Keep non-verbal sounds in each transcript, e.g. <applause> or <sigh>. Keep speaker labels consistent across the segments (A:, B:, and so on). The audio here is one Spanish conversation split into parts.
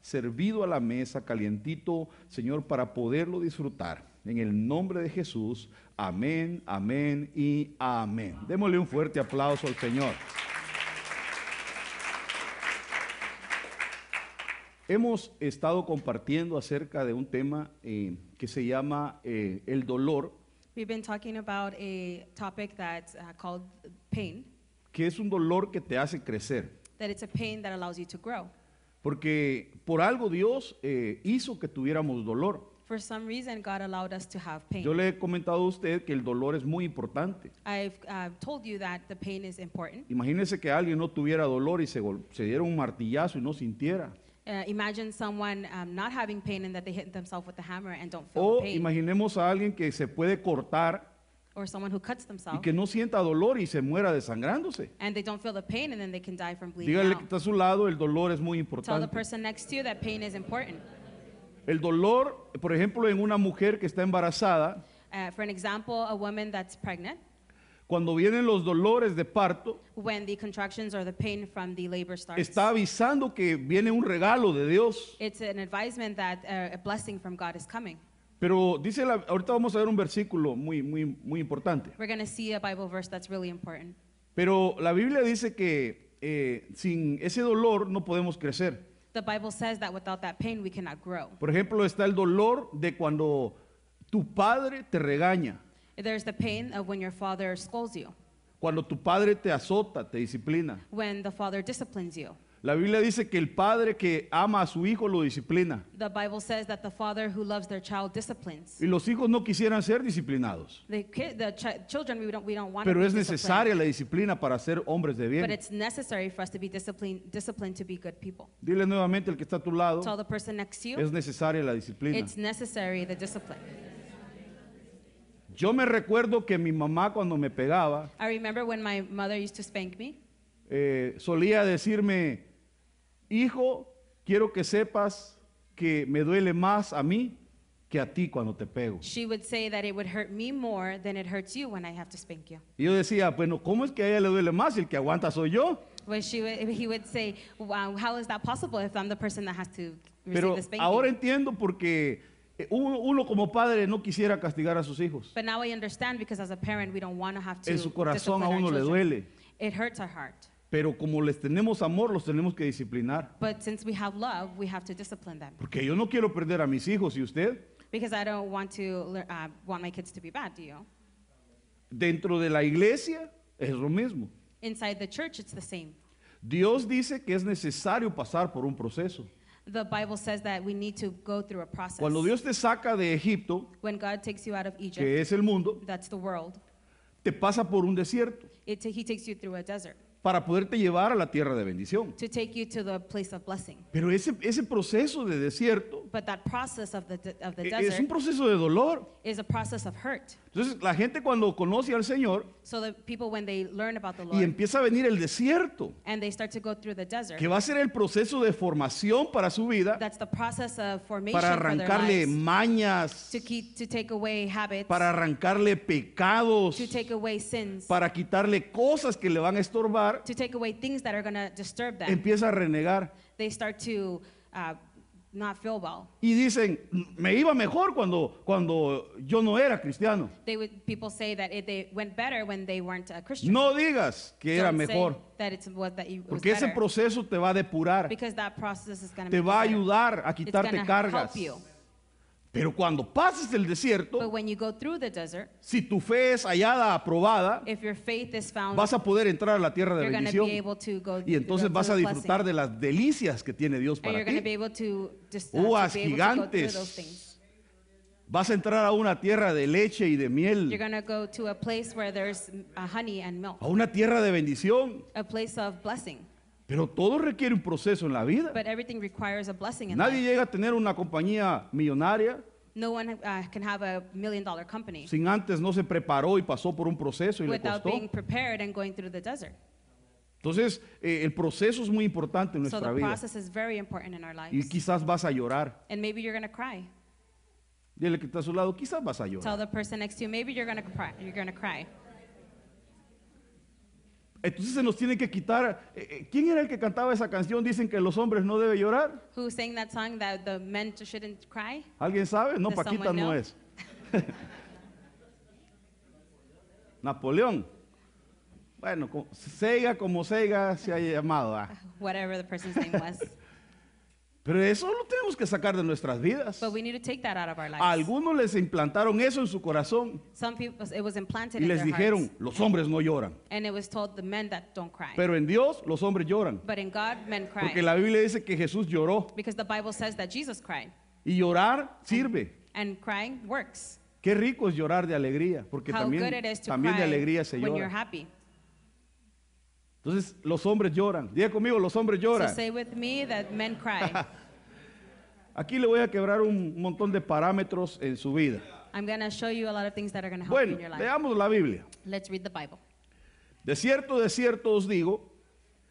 A: servido a la mesa, calientito, Señor, para poderlo disfrutar. En el nombre de Jesús, amén, amén y amén. Démosle un fuerte aplauso al Señor. Hemos estado compartiendo acerca de un tema eh, que se llama eh, el dolor,
B: We've been talking about a topic that's uh, called pain,
A: que es un dolor que te hace crecer.
B: that it's a pain that allows you to grow.
A: Porque por algo Dios eh, hizo que tuviéramos dolor.
B: For some reason, God allowed us to have pain.
A: Yo le he comentado a usted que el dolor es muy importante.
B: I've uh, told you that the pain is important.
A: Imagínese que alguien no tuviera dolor y se, gol- se diera un martillazo y no sintiera.
B: Uh, imagine someone um, not having pain and that they hit themselves with a hammer and don't feel
A: O
B: the pain.
A: imaginemos a alguien que se puede cortar
B: or someone who cuts
A: y
B: themselves
A: que no sienta dolor y se muera desangrándose.
B: and they don't feel the pain and then they can die from bleeding
A: Dígale que
B: out.
A: está a su lado, el dolor es muy
B: Tell the
A: importante.
B: person next to you that pain is important.
A: El dolor, por ejemplo, en una mujer que está embarazada,
B: Uh, for an example, a woman that's pregnant,
A: cuando vienen los dolores de parto,
B: when the contractions or the pain from the labor starts,
A: está avisando que viene un regalo de Dios.
B: It's an advisement that uh, a blessing from God is coming.
A: Pero dice, la- ahorita vamos a ver un versículo muy, muy, muy importante.
B: We're going to see a Bible verse that's really important.
A: Pero la Biblia dice que eh, sin ese dolor no podemos crecer.
B: The Bible says that without that pain, we cannot grow.
A: Por ejemplo, está el dolor de cuando tu padre te regaña,
B: There's the pain of when your father scolds you,
A: cuando tu padre te azota, te disciplina.
B: when the father disciplines you.
A: La Biblia dice que el padre que ama a su hijo lo disciplina.
B: The Bible says that the father who loves their child disciplines.
A: Y los hijos no quisieran ser disciplinados,
B: The, kid, the chi- children, we don't, we don't want
A: pero
B: to
A: es
B: be
A: necesaria
B: disciplined,
A: la disciplina para ser hombres de
B: but
A: bien.
B: it's necessary for us to be disciplined, disciplined to be good people.
A: Dile nuevamente al que está a tu lado,
B: Tell the person next to you,
A: es necesaria la disciplina.
B: it's necessary, the discipline.
A: Yo me recuerdo que mi mamá cuando me pegaba,
B: I remember when my mother used to spank me.
A: eh, solía decirme, hijo, quiero que sepas que me duele más a mí que a ti cuando te pego.
B: She would say that it would hurt me more than it hurts you when I have to spank you.
A: Y yo decía, bueno, ¿cómo es que a ella le duele más? El que aguanta soy yo.
B: But she would, he would say, wow, how is that possible if I'm the person that has to receive
A: Pero
B: the spanking?
A: ahora entiendo porque eh, uno, uno como padre no quisiera castigar a sus hijos.
B: but now I understand because as a parent, we don't want to have to
A: En su corazón
B: discipline
A: a
B: our
A: uno le
B: children.
A: duele.
B: It hurts our heart.
A: Pero como les tenemos amor, los tenemos que disciplinar.
B: But since we have love, we have to discipline them
A: Porque yo no quiero perder a mis hijos y usted.
B: because I don't want to lear- uh, want my kids to be bad, do you?
A: Dentro de la iglesia es lo mismo.
B: Inside the church, it's the same.
A: Dios dice que es necesario pasar por un proceso.
B: The Bible says that we need to go through a process.
A: Cuando Dios te saca de Egipto,
B: when God takes you out of Egypt,
A: que es el mundo,
B: that's the world.
A: te pasa por un desierto
B: It, he takes you through a desert.
A: para poderte llevar a la tierra de bendición.
B: to take you to the place of blessing.
A: Pero ese, ese proceso de desierto
B: But that process of the, de- of the
A: e- es un
B: desert
A: proceso de dolor.
B: is a process of hurt.
A: Entonces la gente cuando conoce al Señor
B: So that people, when they learn about the
A: y
B: Lord
A: empieza a venir el desierto,
B: and they start to go through the desert,
A: que va a ser el proceso de formación para su vida,
B: that's the process of formation
A: para
B: for their
A: arrancarle
B: lives,
A: mañas,
B: to, keep, to take away habits,
A: para arrancarle pecados,
B: to take away sins,
A: para quitarle cosas que le van a estorbar,
B: to take away things that are going to disturb them.
A: empieza a renegar.
B: They start to uh, not feel well.
A: Y dicen, me iba mejor cuando, cuando yo no era cristiano.
B: They would, people say that it, they went better when they weren't a Christian.
A: No digas que era
B: Don't say
A: mejor,
B: That it's, was, that you, it was
A: porque ese
B: better,
A: proceso te va a depurar,
B: because that process is going
A: te
B: to
A: va a ayudar a quitarte
B: help
A: cargas.
B: you.
A: Pero cuando pases el
B: But
A: desierto,
B: when you go through the desert,
A: si tu fe es hallada, aprobada,
B: if your faith is found,
A: vas a poder entrar a la tierra de
B: you're going to be able
A: bendición.
B: to go
A: Y entonces
B: go
A: vas a
B: through the
A: disfrutar
B: blessing.
A: de las delicias que tiene Dios
B: And
A: para
B: you're going to be
A: ti.
B: able to just uh,
A: Uvas
B: to be able to go through those
A: gigantes.
B: things.
A: Vas a entrar a una tierra de leche y de
B: You're
A: miel,
B: going to go to a place where there's uh, honey and milk,
A: a una tierra de bendición.
B: a place of blessing.
A: Pero todo requiere un proceso en la vida.
B: But everything requires a blessing in
A: Nadie
B: life.
A: llega a tener una compañía millonaria
B: No one uh, can have a million dollar company
A: sin antes no se preparó y pasó por un proceso y le
B: without
A: costó.
B: being prepared and going through the desert.
A: Entonces, eh, el proceso es muy importante en
B: So
A: nuestra
B: the
A: vida.
B: process is very important in our lives.
A: Y quizás vas a llorar.
B: And maybe you're going to cry.
A: Dile que está a su lado, quizás vas a
B: Tell
A: llorar.
B: the person next to you, maybe you're going to cry. You're going to cry.
A: Entonces se nos tiene que quitar. eh, eh, ¿Quién era el que cantaba esa canción? Dicen que los hombres no deben llorar.
B: Who sang that song that the men shouldn't cry?
A: ¿Alguien sabe? No,
B: Does
A: Paquita
B: someone
A: no
B: know?
A: es. <laughs> Napoleón. Bueno, co- Seiga como Seiga se ha llamado. ah.
B: Whatever the person's
A: <laughs>
B: name was.
A: Pero eso lo tenemos que sacar de nuestras vidas.
B: But we need to take that out of our lives.
A: A algunos les implantaron eso en su corazón
B: Some people, it was implanted
A: y
B: in
A: les
B: their
A: dijeron,
B: hearts.
A: los hombres no lloran.
B: And it was told the men that don't cry.
A: Pero en Dios los hombres lloran.
B: but in God, men cry.
A: Porque la Biblia dice que Jesús lloró.
B: because the Bible says that Jesus cried.
A: Y llorar sirve.
B: And crying works.
A: Qué rico es llorar de alegría, porque
B: How
A: también,
B: good it is to
A: también de
B: cry
A: alegría se
B: when you're
A: llora.
B: happy.
A: Entonces los hombres lloran. Diga conmigo, los hombres lloran.
B: So say with me that men
A: <laughs>
B: cry.
A: Aquí le voy a quebrar un montón de parámetros en su vida.
B: I'm going to show you a lot of things that are going to help
A: Bueno,
B: you in your life.
A: veamos la Biblia.
B: Let's read the Bible.
A: De cierto, de cierto os digo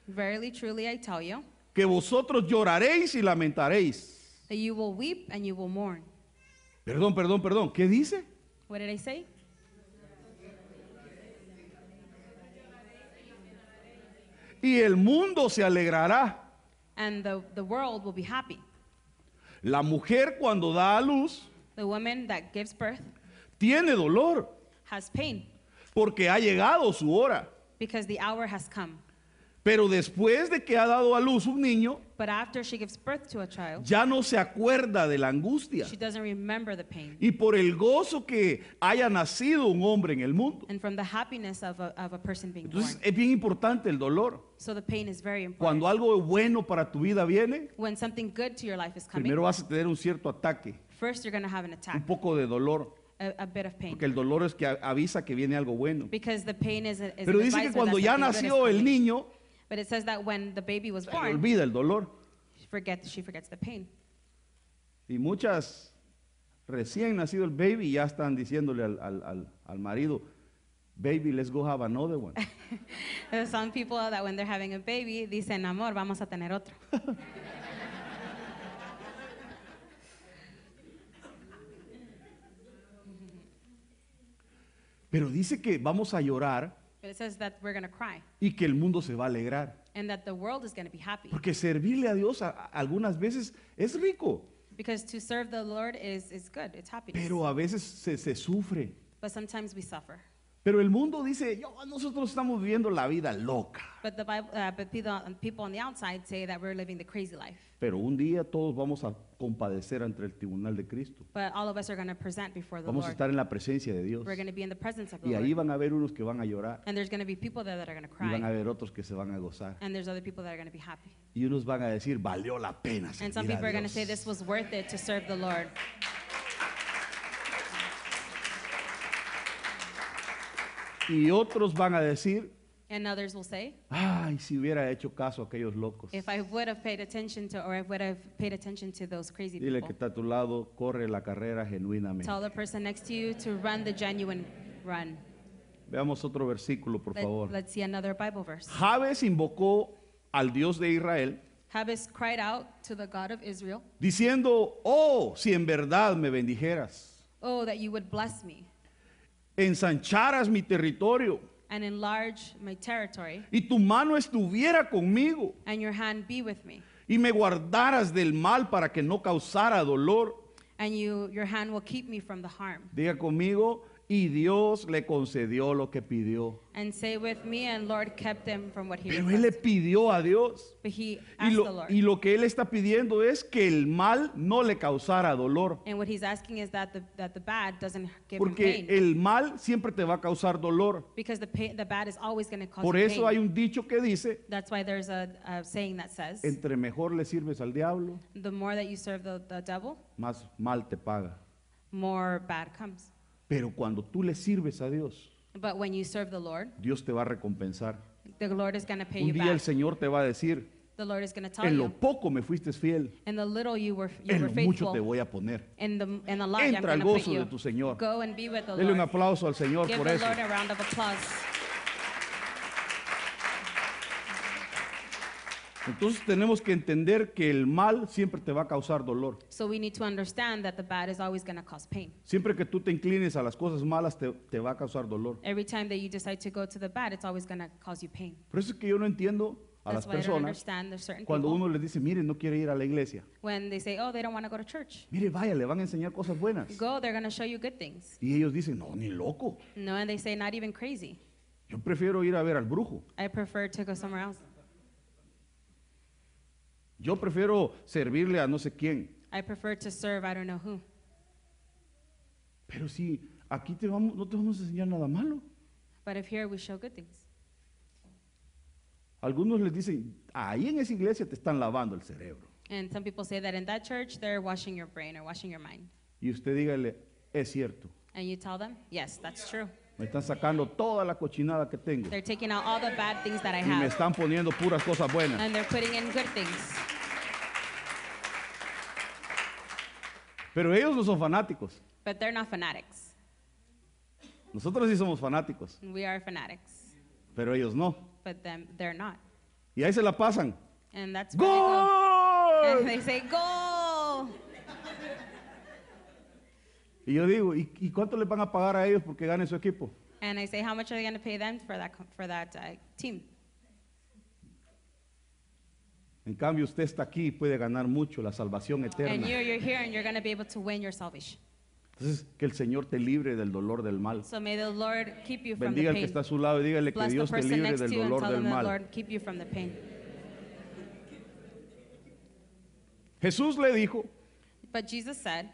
B: Verily, truly, I tell you
A: que vosotros lloraréis y lamentaréis.
B: that you will weep and you will mourn.
A: Perdón, perdón, perdón. ¿Qué dice?
B: What did I say?
A: Y el mundo se alegrará.
B: And the, the world will be happy.
A: La mujer cuando da a luz
B: The woman that gives birth
A: tiene dolor
B: has pain
A: porque ha llegado su hora.
B: because the hour has come.
A: Pero después de que ha dado a luz un niño,
B: But after she gives birth to a child,
A: ya no se acuerda de la angustia
B: she doesn't remember the pain.
A: y por el gozo que haya nacido un hombre en el mundo.
B: And from the happiness of a, of a person being born.
A: Entonces es bien importante el dolor.
B: So the pain is very important.
A: Cuando algo bueno para tu vida viene,
B: When something good to your life is coming,
A: primero vas a tener un cierto ataque,
B: first you're going to have an
A: un
B: attack,
A: poco de dolor,
B: a, a bit of pain.
A: porque el dolor es que a- avisa que viene algo bueno.
B: Because the pain is, a, is
A: Pero
B: an
A: dice que
B: advisor
A: cuando
B: that
A: ya
B: something good is
A: nació el
B: coming.
A: niño,
B: But it says that when the baby was
A: se le
B: born,
A: olvida el dolor.
B: she, forget, she forgets the pain. <laughs>
A: Y muchas recién nacido el baby ya están diciéndole al, al- al- al marido, baby, let's go have another
B: <laughs>
A: one.
B: There's some people that when they're having a baby, dicen, amor, vamos a tener otro.
A: Pero dice que vamos a llorar
B: But it says that we're going to cry
A: y que el mundo se va a alegrar.
B: and that the world is going to be happy.
A: Porque servirle a Dios a- a- algunas veces es rico,
B: Because to serve the Lord is, is good, it's happiness.
A: pero a veces se, se sufre.
B: But sometimes we suffer.
A: Pero el mundo dice, "Yo- nosotros estamos viviendo la vida loca.
B: But, the Bible, uh, but people, people on the outside say that we're living the crazy life.
A: Pero un día todos vamos a compadecer ante el tribunal de Cristo.
B: But all of us are going to present before the
A: Vamos a
B: Lord.
A: estar en la presencia de Dios.
B: We're going to be in the presence of the
A: Y ahí
B: Lord.
A: van a haber unos que van a llorar
B: And there's going to be people there that are going to
A: y van a
B: cry.
A: haber otros que se van a gozar.
B: And there's other people that are going to be happy.
A: Y unos van a decir, valió la pena.
B: And
A: servir
B: some people
A: a
B: are going to say
A: Dios".
B: this was worth it to serve the Lord.
A: Y otros van a decir,
B: And others will say,
A: ay, si hubiera hecho caso a aquellos locos.
B: if I would have paid attention to, or I would have paid attention to those crazy
A: Dile que
B: people.
A: está a tu lado, corre la carrera genuinamente.
B: Tell the person next to you to run the genuine run.
A: Veamos otro versículo, por
B: Let,
A: favor.
B: us see another Bible verse.
A: Jabes invocó al Dios de Israel
B: Habes cried out to the God of Israel,
A: diciendo, oh, si en verdad me bendijeras,
B: Oh, that you would bless me
A: ensancharas mi territorio
B: and enlarge my territory,
A: y tu mano estuviera conmigo
B: and your hand be with me,
A: y me guardaras del mal para que no causara dolor.
B: and you, your hand will keep me from the harm.
A: Diga conmigo, y Dios le concedió lo que pidió.
B: And say with me, and Lord kept him from what he
A: Pero él le
B: requested.
A: pidió a Dios.
B: But he
A: Y
B: asked the
A: lo,
B: Lord.
A: y lo que él está pidiendo es que el mal no le causara dolor.
B: And what he's asking is that the, that the bad doesn't give him
A: Porque
B: pain.
A: el mal siempre te va a causar dolor.
B: because the, pain, the bad is always going to cause
A: Por
B: you
A: eso
B: pain.
A: hay un dicho que dice,
B: That's why there's a, a saying that says,
A: entre mejor le sirves al diablo,
B: the more that you serve the, the devil,
A: más mal te paga.
B: more bad comes.
A: Pero cuando tú le sirves a Dios,
B: But when you serve the Lord,
A: Dios te va a recompensar.
B: the Lord is going to pay
A: Un
B: you
A: día el
B: back.
A: Señor te va a decir,
B: The Lord is going to tell
A: en lo
B: you,
A: poco me fuiste fiel,
B: in the little you were, you
A: en
B: were
A: lo mucho te
B: faithful,
A: voy a poner.
B: in the, in the lot I'm
A: Entra al
B: going to put
A: gozo de
B: you.
A: tu Señor.
B: Go and be with the
A: Dele un
B: Lord.
A: aplauso al Señor
B: Give
A: por
B: the
A: eso.
B: Lord a round of applause.
A: Entonces tenemos que entender que el mal siempre te va a causar dolor.
B: So we need to understand that the bad is always going to cause pain.
A: Siempre que tú te inclines a las cosas malas te, te va a causar dolor.
B: Every time that you decide to go to the bad, it's always going to cause you pain.
A: Por eso es que yo no entiendo a las
B: That's why I don't
A: personas
B: understand there's certain
A: cuando
B: people
A: uno les dice, mire, no quiere ir a la iglesia.
B: when they say, oh, they don't want to go to church.
A: Mire, vaya, le van a enseñar cosas buenas.
B: Go, they're going to show you good things.
A: Y ellos dicen, no, ni loco.
B: No, and they say, not even crazy.
A: Yo prefiero ir a ver al brujo.
B: I prefer to go somewhere else.
A: Yo prefiero servirle a no sé quién.
B: I prefer to serve I don't know who.
A: Pero si aquí te vamos, no te vamos a enseñar nada malo.
B: But if here we show good things.
A: Algunos les dicen, ahí en esa iglesia te están lavando el cerebro.
B: And some people say that in that church, they're washing your brain or washing your mind.
A: Y usted dígale, es cierto,
B: And you tell them, yes, that's true.
A: me están sacando toda la cochinada que tengo
B: They're taking out all the bad things that I
A: y me
B: have.
A: están poniendo puras cosas buenas.
B: And they're putting in good things.
A: Pero ellos no son fanáticos.
B: But they're not fanatics.
A: Nosotros sí somos fanáticos,
B: We are fanatics.
A: pero ellos no.
B: But them, they're not.
A: Y ahí se la pasan.
B: And that's where they go. And
A: ¡Gol!
B: they say, goal.
A: Y yo digo, ¿y, y cuánto les van a pagar a ellos porque ganen su equipo?
B: And I say, how much are they going to pay them for that, co- for that uh, team?
A: En cambio, usted está aquí y puede ganar mucho, la salvación
B: And
A: eterna.
B: you, you're here and you're going to be able to win your salvation.
A: Entonces, que el Señor te libre del dolor del mal.
B: So may the Lord keep you from
A: Bendiga
B: the
A: al que
B: pain.
A: está a su lado y dígale que
B: Bless the
A: Dios te
B: person
A: libre
B: next
A: del
B: to you and
A: dolor
B: tell
A: del
B: them that
A: mal.
B: Lord keep you from the pain.
A: Jesús le dijo,
B: But Jesus said,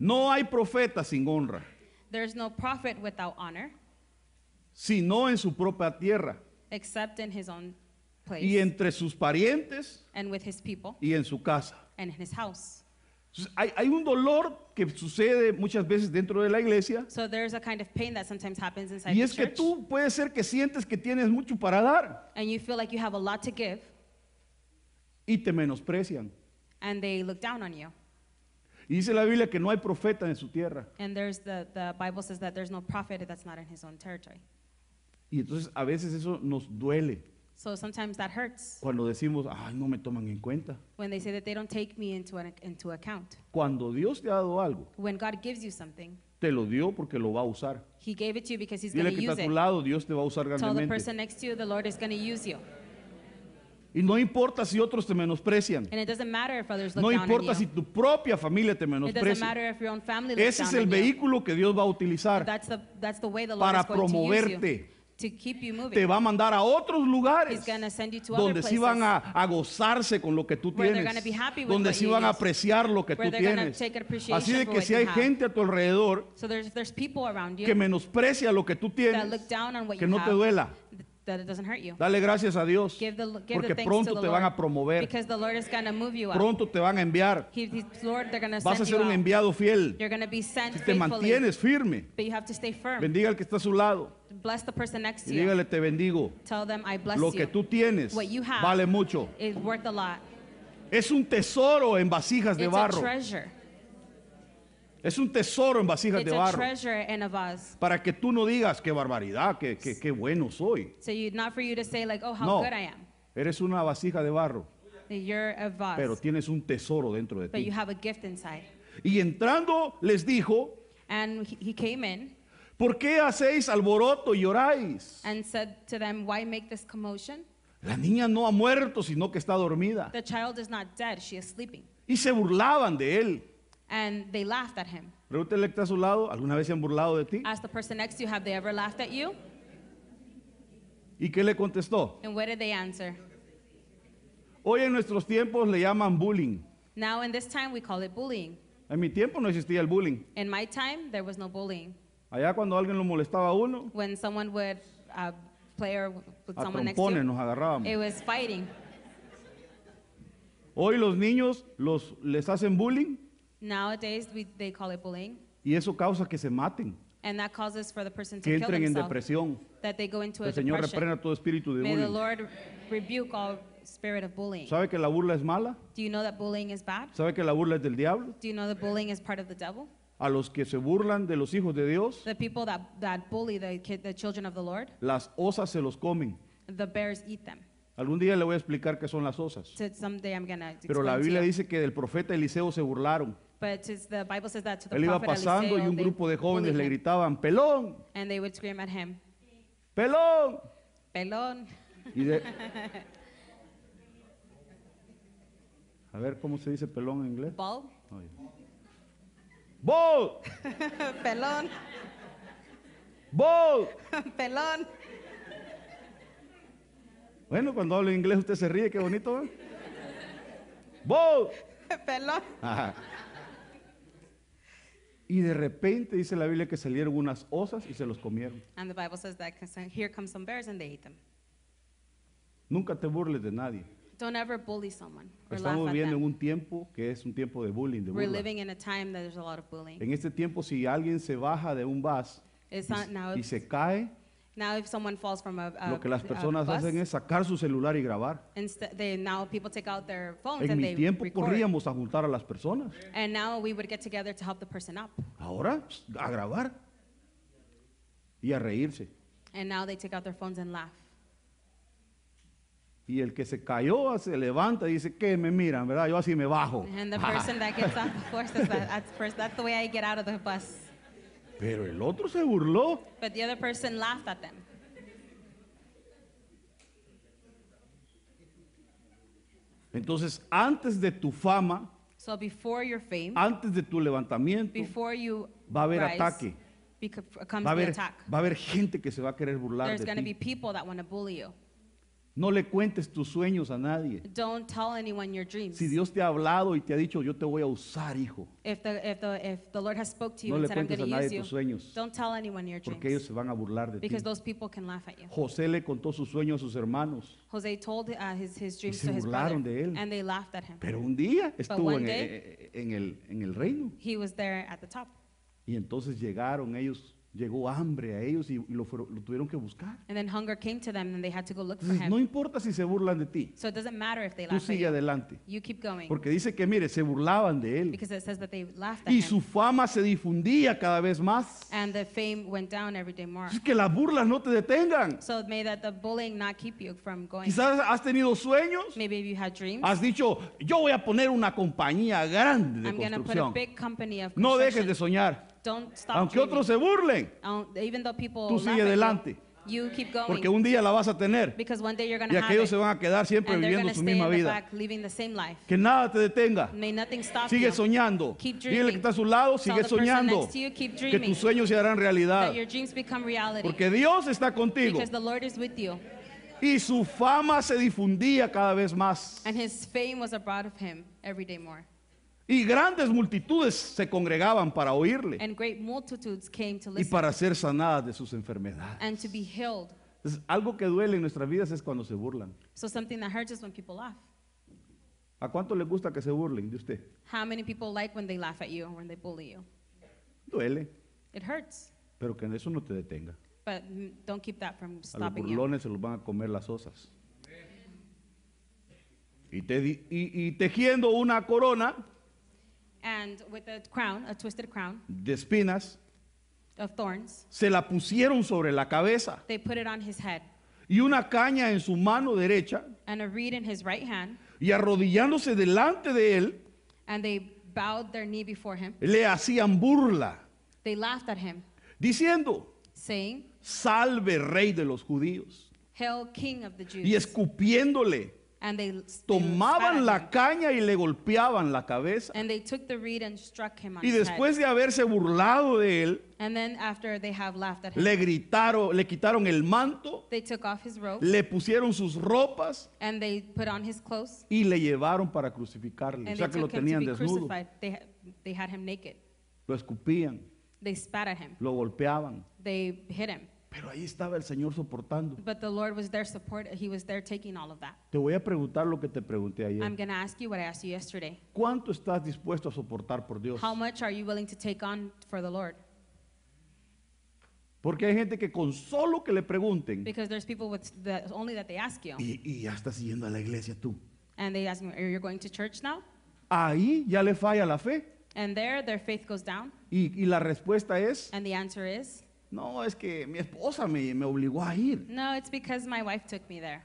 A: no hay profeta sin honra,
B: There's no prophet without honor
A: sino en su propia tierra
B: except in his own
A: y
B: place
A: entre sus parientes
B: and with his people
A: y en su casa.
B: and in his house.
A: Entonces, Hay, hay un dolor que sucede muchas veces dentro de la iglesia
B: So there's a kind of pain that sometimes happens inside
A: y
B: the
A: es que
B: church.
A: tú puede ser que sientes que tienes mucho para dar
B: And you feel like you have a lot to give
A: y te menosprecian.
B: and they look down on you.
A: Y dice la Biblia que no hay profeta en su tierra.
B: And there's the, the Bible says that there's no prophet that's not in his own territory.
A: Y entonces a veces eso nos duele
B: So sometimes that hurts
A: cuando decimos, ay, no me toman en cuenta.
B: when they say that they don't take me into, an, into account.
A: Cuando Dios te ha dado algo,
B: When God gives you something,
A: te lo dio porque lo va a usar.
B: he gave it to you because he's going
A: Dile
B: to
A: que
B: use
A: está a tu
B: it.
A: lado, Dios te va a usar
B: Tell the
A: grandemente.
B: person next to you, the Lord is going to use you.
A: Y no importa si otros te menosprecian.
B: And it doesn't matter if others look
A: No
B: down
A: importa
B: on
A: si
B: you.
A: tu propia familia te
B: it doesn't
A: menosprecia.
B: matter if your own family looks
A: Ese es
B: down
A: el
B: on you.
A: vehículo que Dios va a utilizar.
B: That's the, that's the way the Lord
A: para
B: is going to use
A: promoverte.
B: you. To keep you
A: Te
B: moving.
A: va a mandar a otros lugares
B: He's gonna send you to other
A: donde sí
B: places
A: van a, a gozarse con lo que tú
B: where
A: tienes,
B: they're gonna be happy with
A: donde
B: what
A: sí
B: you
A: van a
B: use,
A: apreciar lo que tú
B: where they're gonna
A: tienes.
B: take appreciation
A: Así de
B: for
A: que
B: what
A: si
B: you
A: hay
B: have.
A: gente a tu alrededor
B: So there's, there's people around
A: que
B: you
A: menosprecia lo que tú
B: that
A: tienes,
B: look down on what
A: que
B: you
A: no te
B: have.
A: duela,
B: th- that it doesn't hurt you.
A: dale gracias a Dios,
B: Give the, give the
A: porque
B: thanks to
A: pronto
B: the
A: te
B: Lord,
A: van a promover,
B: Because the Lord is going to move you up.
A: pronto te van a enviar,
B: He, he's, Lord, they're going to
A: vas a
B: send you
A: ser un
B: out.
A: enviado fiel.
B: You're going to be sent
A: Si te
B: faithfully.
A: mantienes firme,
B: But you have to stay firm.
A: bendiga al que está a su lado
B: Bless the person next
A: y
B: to you.
A: dígale te bendigo.
B: Tell them, I bless
A: Lo que tú
B: you.
A: tienes
B: What you have.
A: vale mucho.
B: It's worth a lot.
A: Es un tesoro en vasijas de
B: It's a
A: barro.
B: treasure.
A: Es un tesoro en vasijas
B: It's
A: de
B: a
A: barro.
B: treasure in a vase.
A: Para que tú no digas qué barbaridad, qué, qué, qué bueno soy.
B: So you, not for you to say like, oh, how
A: No,
B: good I am.
A: eres una vasija de barro,
B: That You're a vase.
A: pero tienes un tesoro dentro de
B: but you
A: ti.
B: have a gift inside.
A: Y entrando les dijo,
B: And he, he came in
A: ¿por qué hacéis alboroto y lloráis?
B: and said to them, why make this commotion?
A: La niña no ha muerto, sino que está dormida.
B: The child is not dead. She is sleeping.
A: Y se burlaban de él.
B: And they laughed at him.
A: Pregúntale que está a su lado, ¿alguna vez se han burlado de ti?
B: Ask the person next to you, have they ever laughed at you?
A: ¿Y qué le contestó?
B: And what did they answer?
A: Hoy en nuestros tiempos le llaman bullying.
B: Now, in this time, we call it bullying.
A: En mi tiempo no existía el bullying.
B: In my time, there was no bullying.
A: Allá cuando alguien lo molestaba a uno,
B: When someone would uh, play or with
A: a
B: someone next Eh, to
A: trompones
B: you,
A: nos agarrábamos.
B: it was fighting.
A: Hoy los niños los, les hacen bullying
B: Nowadays, we, they call it bullying.
A: y eso causa que se maten,
B: And that causes for the person
A: que
B: to kill
A: entren en
B: themselves,
A: depresión.
B: that they go into a
A: El Señor
B: depression.
A: reprenda todo espíritu de
B: May the
A: bullying.
B: Lord rebuke all spirit of bullying.
A: ¿Sabe que la burla es mala?
B: Do you know that bullying is bad?
A: ¿Sabe que la burla es del diablo?
B: Do you know that bullying is part of the devil?
A: A los que se burlan de los hijos de Dios,
B: The people that, that bully the, kid, the children of the Lord,
A: las osas se los comen.
B: the bears eat them.
A: Algún día le voy a explicar qué son las osas.
B: So someday I'm gonna.
A: Pero
B: explain
A: la
B: to
A: Biblia
B: you.
A: dice que del profeta Eliseo se burlaron.
B: But it's- the Bible says that to the
A: Él iba
B: prophet
A: pasando y
B: Eliseo,
A: un
B: they
A: grupo de
B: bullied
A: jóvenes le
B: him,
A: gritaban, pelón,
B: And they would scream at him,
A: pelón.
B: pelón.
A: Y de- A ver cómo se dice pelón en inglés.
B: Bald?
A: Oye. Bald,
B: <laughs> pelón, <laughs>
A: bald.
B: pelón. <laughs>
A: Bueno, cuando hablo inglés usted se ríe, qué bonito. ¿eh? Bald.
B: Pelón.
A: Ajá. Y de repente dice la Biblia que salieron unas osas y se los comieron.
B: And the Bible says that "Cause here come some bears and they eat them.
A: Nunca te burles de nadie.
B: Don't ever bully someone or
A: Estamos
B: laugh at
A: viviendo en
B: them.
A: un tiempo que es un tiempo de bullying, de
B: We're
A: burla.
B: living in a time that there's a lot of bullying.
A: En este tiempo, si alguien se baja de un bus
B: It's
A: y,
B: not now.
A: y se cae,
B: Now, if someone falls from a, a,
A: lo que las
B: a
A: personas
B: bus,
A: hacen es sacar su celular y grabar.
B: insta- they, now people take out their phones
A: En
B: and
A: mi
B: they
A: tiempo
B: record.
A: corríamos a juntar a las personas.
B: And now we would get together to help the person up.
A: Ahora, ps, a grabar y a reírse.
B: And now they take out their phones and laugh.
A: Y el que se cayó ah, se levanta y dice, que me miran, ¿verdad? Yo así me bajo. Ah,
B: And the person that gets up, of course, says that
A: <laughs>
B: that's, first, that's the way I get out of the bus.
A: Pero el otro se burló.
B: But the other person laughed at them.
A: Entonces, antes de tu fama,
B: So before your fame,
A: antes de tu levantamiento,
B: before you
A: Ah, Va a haber
B: rise,
A: ataque.
B: beca- comes
A: va a
B: the
A: haber,
B: attack.
A: va a haber gente que se va a querer burlar
B: There's
A: de
B: going to be
A: ti.
B: people that want to bully you.
A: No le cuentes tus sueños a nadie.
B: Don't tell anyone your dreams.
A: Si Dios te ha hablado y te ha dicho, yo te voy a usar, hijo,
B: if the if the if the Lord has spoke to you
A: no
B: and
A: le
B: said I'm
A: cuentes a
B: going to
A: nadie
B: use you,
A: tus sueños,
B: don't tell anyone your
A: porque ellos
B: dreams
A: se van a burlar de ti.
B: because those people can laugh at you.
A: José le contó sus sueños a sus hermanos,
B: Jose told uh, his his dreams
A: se
B: to his brother
A: burlaron de él.
B: and they laughed at him.
A: pero un día estuvo en,
B: one
A: eh, en el, en el reino
B: He was there at the top.
A: y entonces llegaron ellos, llegó hambre a ellos y lo, fueron- lo tuvieron que buscar.
B: And then hunger came to them and they had to go look for
A: Entonces,
B: him.
A: no importa si se burlan de ti,
B: so it doesn't matter if they
A: tú
B: laugh at
A: sigue
B: you.
A: adelante,
B: You keep going
A: porque dice que, mire, se burlaban de él
B: because it says that they laughed at
A: y
B: him.
A: su fama se difundía cada vez más.
B: and the fame went down every day more.
A: Es que las burlas no te detengan.
B: So may that the bullying not keep you from going.
A: Quizás has tenido sueños.
B: Maybe you had dreams.
A: Has dicho, yo voy a poner una compañía grande de
B: I'm going to put a
A: construcción.
B: big company of
A: No dejes
B: construction.
A: de soñar,
B: Don't stop
A: aunque
B: dreaming.
A: otros se burlen,
B: Aun- even though people
A: Tú
B: laugh
A: sigue
B: at you,
A: adelante.
B: You, keep going.
A: porque un día la vas a tener
B: because one day you're going
A: y
B: to have it.
A: aquellos se van a quedar siempre
B: and they're
A: viviendo
B: going to
A: su
B: stay
A: misma
B: in the
A: vida.
B: back living the same life.
A: Que nada te detenga.
B: May nothing stop
A: Sigue
B: you.
A: soñando.
B: Keep
A: Dile que
B: dreaming.
A: está a su lado,
B: Tell
A: sigue
B: the person
A: soñando.
B: next to you, keep
A: Que
B: dreaming.
A: tus sueños se harán realidad.
B: That your dreams become reality.
A: Porque Dios está contigo.
B: because the Lord is with you.
A: Y su fama se difundía cada vez más.
B: And his fame was abroad of him every day more.
A: Y grandes multitudes se congregaban para oírle
B: And great multitudes came to
A: y
B: listen
A: para ser sanadas de sus enfermedades.
B: and to be healed.
A: Entonces, algo que duele en nuestras vidas es cuando se burlan.
B: So something that hurts is when people laugh.
A: ¿A cuánto le gusta que se burlen de usted?
B: How many people like when they laugh at you or when they bully you?
A: Duele,
B: It hurts,
A: pero que eso no te detenga.
B: but mm, don't keep that from
A: A los
B: stopping you.
A: burlones se los van a comer las osas. Y, te, di- y, y tejiendo una corona
B: And with a crown, a twisted crown
A: de espinas,
B: of thorns,
A: se la pusieron sobre la cabeza
B: they put it on his head
A: y una caña en su mano derecha
B: and a reed in his right hand,
A: y arrodillándose delante de él,
B: and they bowed their knee before him.
A: le hacían burla,
B: They laughed at him,
A: diciendo,
B: saying,
A: salve rey de los judíos.
B: Hail, King of the
A: Y
B: Jews.
A: escupiéndole
B: And they, s- they spat
A: tomaban
B: at
A: la
B: him.
A: caña y le golpeaban la cabeza.
B: and they took the reed and struck him on
A: Y
B: his
A: después
B: head.
A: de haberse burlado de él,
B: And then after they have laughed at him,
A: le gritaron, le quitaron el manto,
B: they took off his robe
A: le pusieron sus ropas
B: and they put on his clothes
A: y le llevaron para crucificarle. O
B: And
A: sea
B: they
A: que lo
B: took him to
A: tenían
B: be
A: desnudo,
B: crucified. They, ha- they had him naked.
A: lo escupían,
B: They spat at him.
A: lo golpeaban.
B: They hit him.
A: Pero ahí estaba el Señor soportando.
B: But the Lord was there support. He was there taking all of that.
A: Te voy a preguntar lo que te pregunté
B: I'm
A: ayer.
B: going to ask you what I asked you yesterday.
A: ¿Cuánto estás dispuesto a soportar por Dios?
B: How much are you willing to take on for the Lord?
A: Mm. Porque hay gente que con solo que le pregunten,
B: Because there's people with the, only that they ask you.
A: y, y ya estás yendo a la iglesia tú.
B: And they ask you, are you going to church now?
A: Ahí ya le falla la fe.
B: And there, their faith goes down.
A: Y, y la respuesta es,
B: And the answer is,
A: no, es que mi esposa me, me obligó a ir.
B: no, it's because my wife took me there.